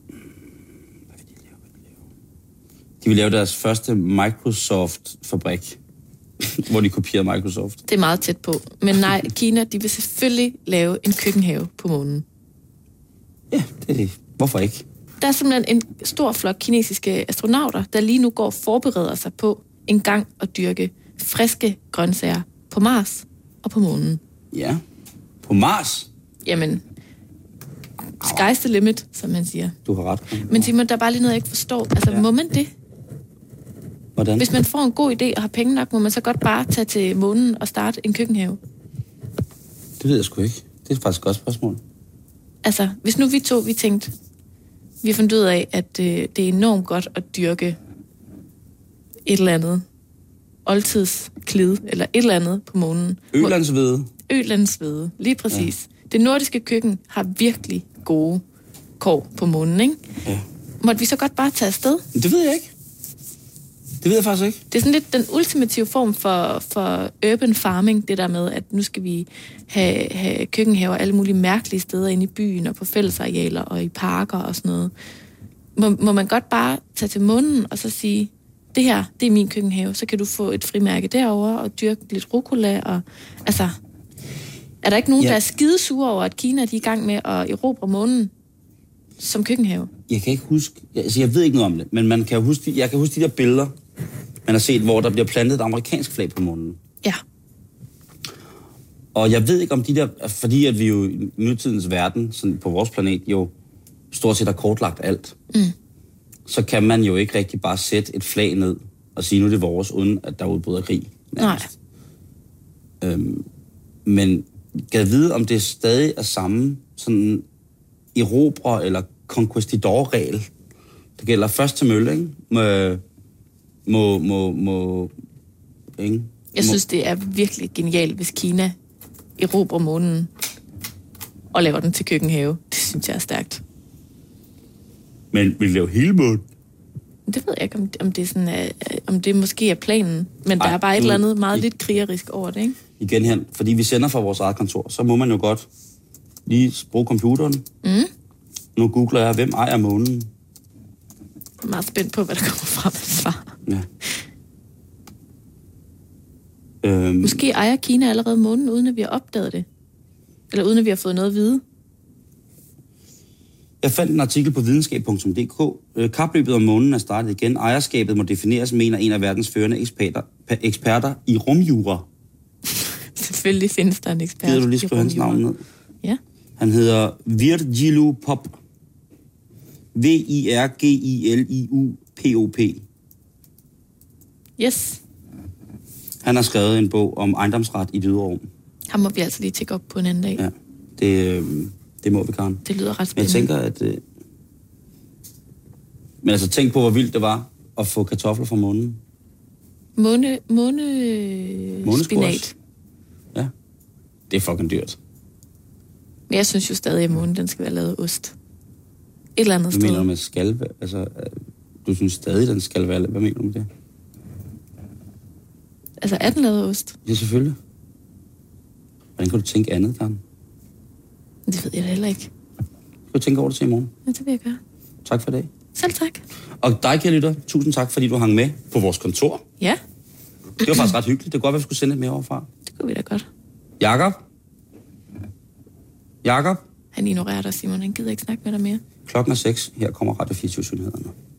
C: Hvad vil de lave? Hvad vil de lave? De vil lave deres første Microsoft-fabrik, (laughs) hvor de kopierer Microsoft.
B: Det er meget tæt på. Men (laughs) nej, Kina de vil selvfølgelig lave en køkkenhave på månen.
C: Ja, det er det. Hvorfor ikke?
B: Der er simpelthen en stor flok kinesiske astronauter, der lige nu går og forbereder sig på en gang at dyrke friske grøntsager på Mars og på månen.
C: Ja. På Mars?
B: Jamen, sky's the limit, som man siger.
C: Du har ret.
B: Men Simon, der er bare lige noget, jeg ikke forstår. Altså, ja.
C: Ja.
B: må man det?
C: Hvordan?
B: Hvis man får en god idé og har penge nok, må man så godt bare tage til månen og starte en køkkenhave?
C: Det ved jeg sgu ikke. Det er faktisk et godt spørgsmål.
B: Altså, hvis nu vi to, vi tænkte, vi har fundet ud af, at øh, det er enormt godt at dyrke et eller andet oldtidsklid, eller et eller andet på månen.
C: Ølandsvede.
B: Ølandsvede, lige præcis. Ja. Det nordiske køkken har virkelig gode kår på månen, ikke?
C: Ja.
B: Måtte vi så godt bare tage afsted?
C: Men det ved jeg ikke. Det ved jeg faktisk ikke.
B: Det er sådan lidt den ultimative form for, for urban farming, det der med, at nu skal vi have, have køkkenhaver alle mulige mærkelige steder inde i byen, og på fællesarealer, og i parker og sådan noget. Må, må man godt bare tage til munden og så sige, det her, det er min køkkenhave, så kan du få et frimærke derover og dyrke lidt rucola, og altså... Er der ikke nogen, ja.
C: Ja.
B: der er skidesure over, at Kina de er i gang med at erobre månen som køkkenhave?
C: Jeg kan ikke huske, jeg- altså jeg ved ikke noget om det, men man kan jo huske, de- jeg kan huske de der billeder, man har set, hvor der bliver plantet et amerikansk flag på månen.
B: Ja.
C: Og jeg ved ikke om de der, fordi at vi jo i nutidens verden, sådan på vores planet, jo stort set har kortlagt alt. Mm. Så kan man jo ikke rigtig bare sætte et flag ned og sige, nu er det vores, uden at der udbryder krig. Øhm, men kan jeg vide, om det stadig er samme sådan erobrer eller conquistador-regel, der gælder først til mølle, ikke? Må, må, må, må, ikke?
B: Jeg
C: må,
B: synes, det er virkelig genialt, hvis Kina erobrer månen og laver den til køkkenhave. Det synes jeg er stærkt.
C: Men vi laver hele måden.
B: Men Det ved jeg ikke, om, om, det, er sådan, er, om det måske er planen. Men Ej,
C: Ej,
B: der er bare et
C: du-
B: eller andet meget
C: I-
B: lidt krigerisk over det, ikke?
C: igen hen, fordi vi sender fra vores eget kontor, så må man jo godt lige bruge computeren. Mm. Nu googler jeg, hvem ejer månen.
B: Jeg er meget spændt på, hvad der kommer frem af svar.
C: Ja. Øhm,
B: Måske ejer Kina allerede månen, uden at vi har opdaget det. Eller uden at vi har fået noget at vide. (laughs)
C: jeg fandt en artikel på videnskab.dk. Øh, Kapløbet om månen er startet igen. Ejerskabet må defineres, mener en af verdens førende eksperter, pa- eksperter i rumjura.
B: Selvfølgelig findes der en ekspert.
C: Gider du lige
B: i
C: skrive hans
B: rumjorden.
C: navn ned?
B: Ja.
C: Han hedder Virgilu Pop. V-I-R-G-I-L-I-U-P-O-P. -P.
B: Yes.
C: Han har skrevet en bog om ejendomsret i det ydre rum.
B: Ham må vi altså lige tjekke op på en anden dag. Ja.
C: Ja, det, øh, det må vi gerne.
B: Det lyder ret
C: Men jeg
B: spændende.
C: tænker, at... Øh... Men altså, tænk på, hvor vildt det var at få kartofler fra månen.
B: Måne, måne,
C: Måneskors.
B: spinat.
C: Ja, det er fucking dyrt.
B: Men jeg synes jo stadig, at månen den skal være lavet af ost. Et eller andet
C: Hvad mener du
B: sted.
C: med skal? Altså, øh, du synes stadig, den skal være... Hvad mener du med det?
B: Altså, er den lavet af ost?
C: Ja, selvfølgelig. Hvordan kan du tænke andet, Karen?
B: Det ved jeg da heller ikke.
C: Du kan tænke over det til i morgen.
B: Men det vil jeg gøre.
C: Tak for i dag.
B: Selv tak.
C: Og dig, kære lytter, tusind tak, fordi du hang med på vores kontor.
B: Ja,
C: Det var faktisk ret hyggeligt. Det kunne godt være, vi skulle sende lidt mere overfra.
B: det kunne vi da godt.
C: Jakob? Jakob?
B: Han ignorerer dig, Simon. Han gider ikke snakke med dig mere.
C: Klokken er 6. Her kommer Radio 24 nyhederne.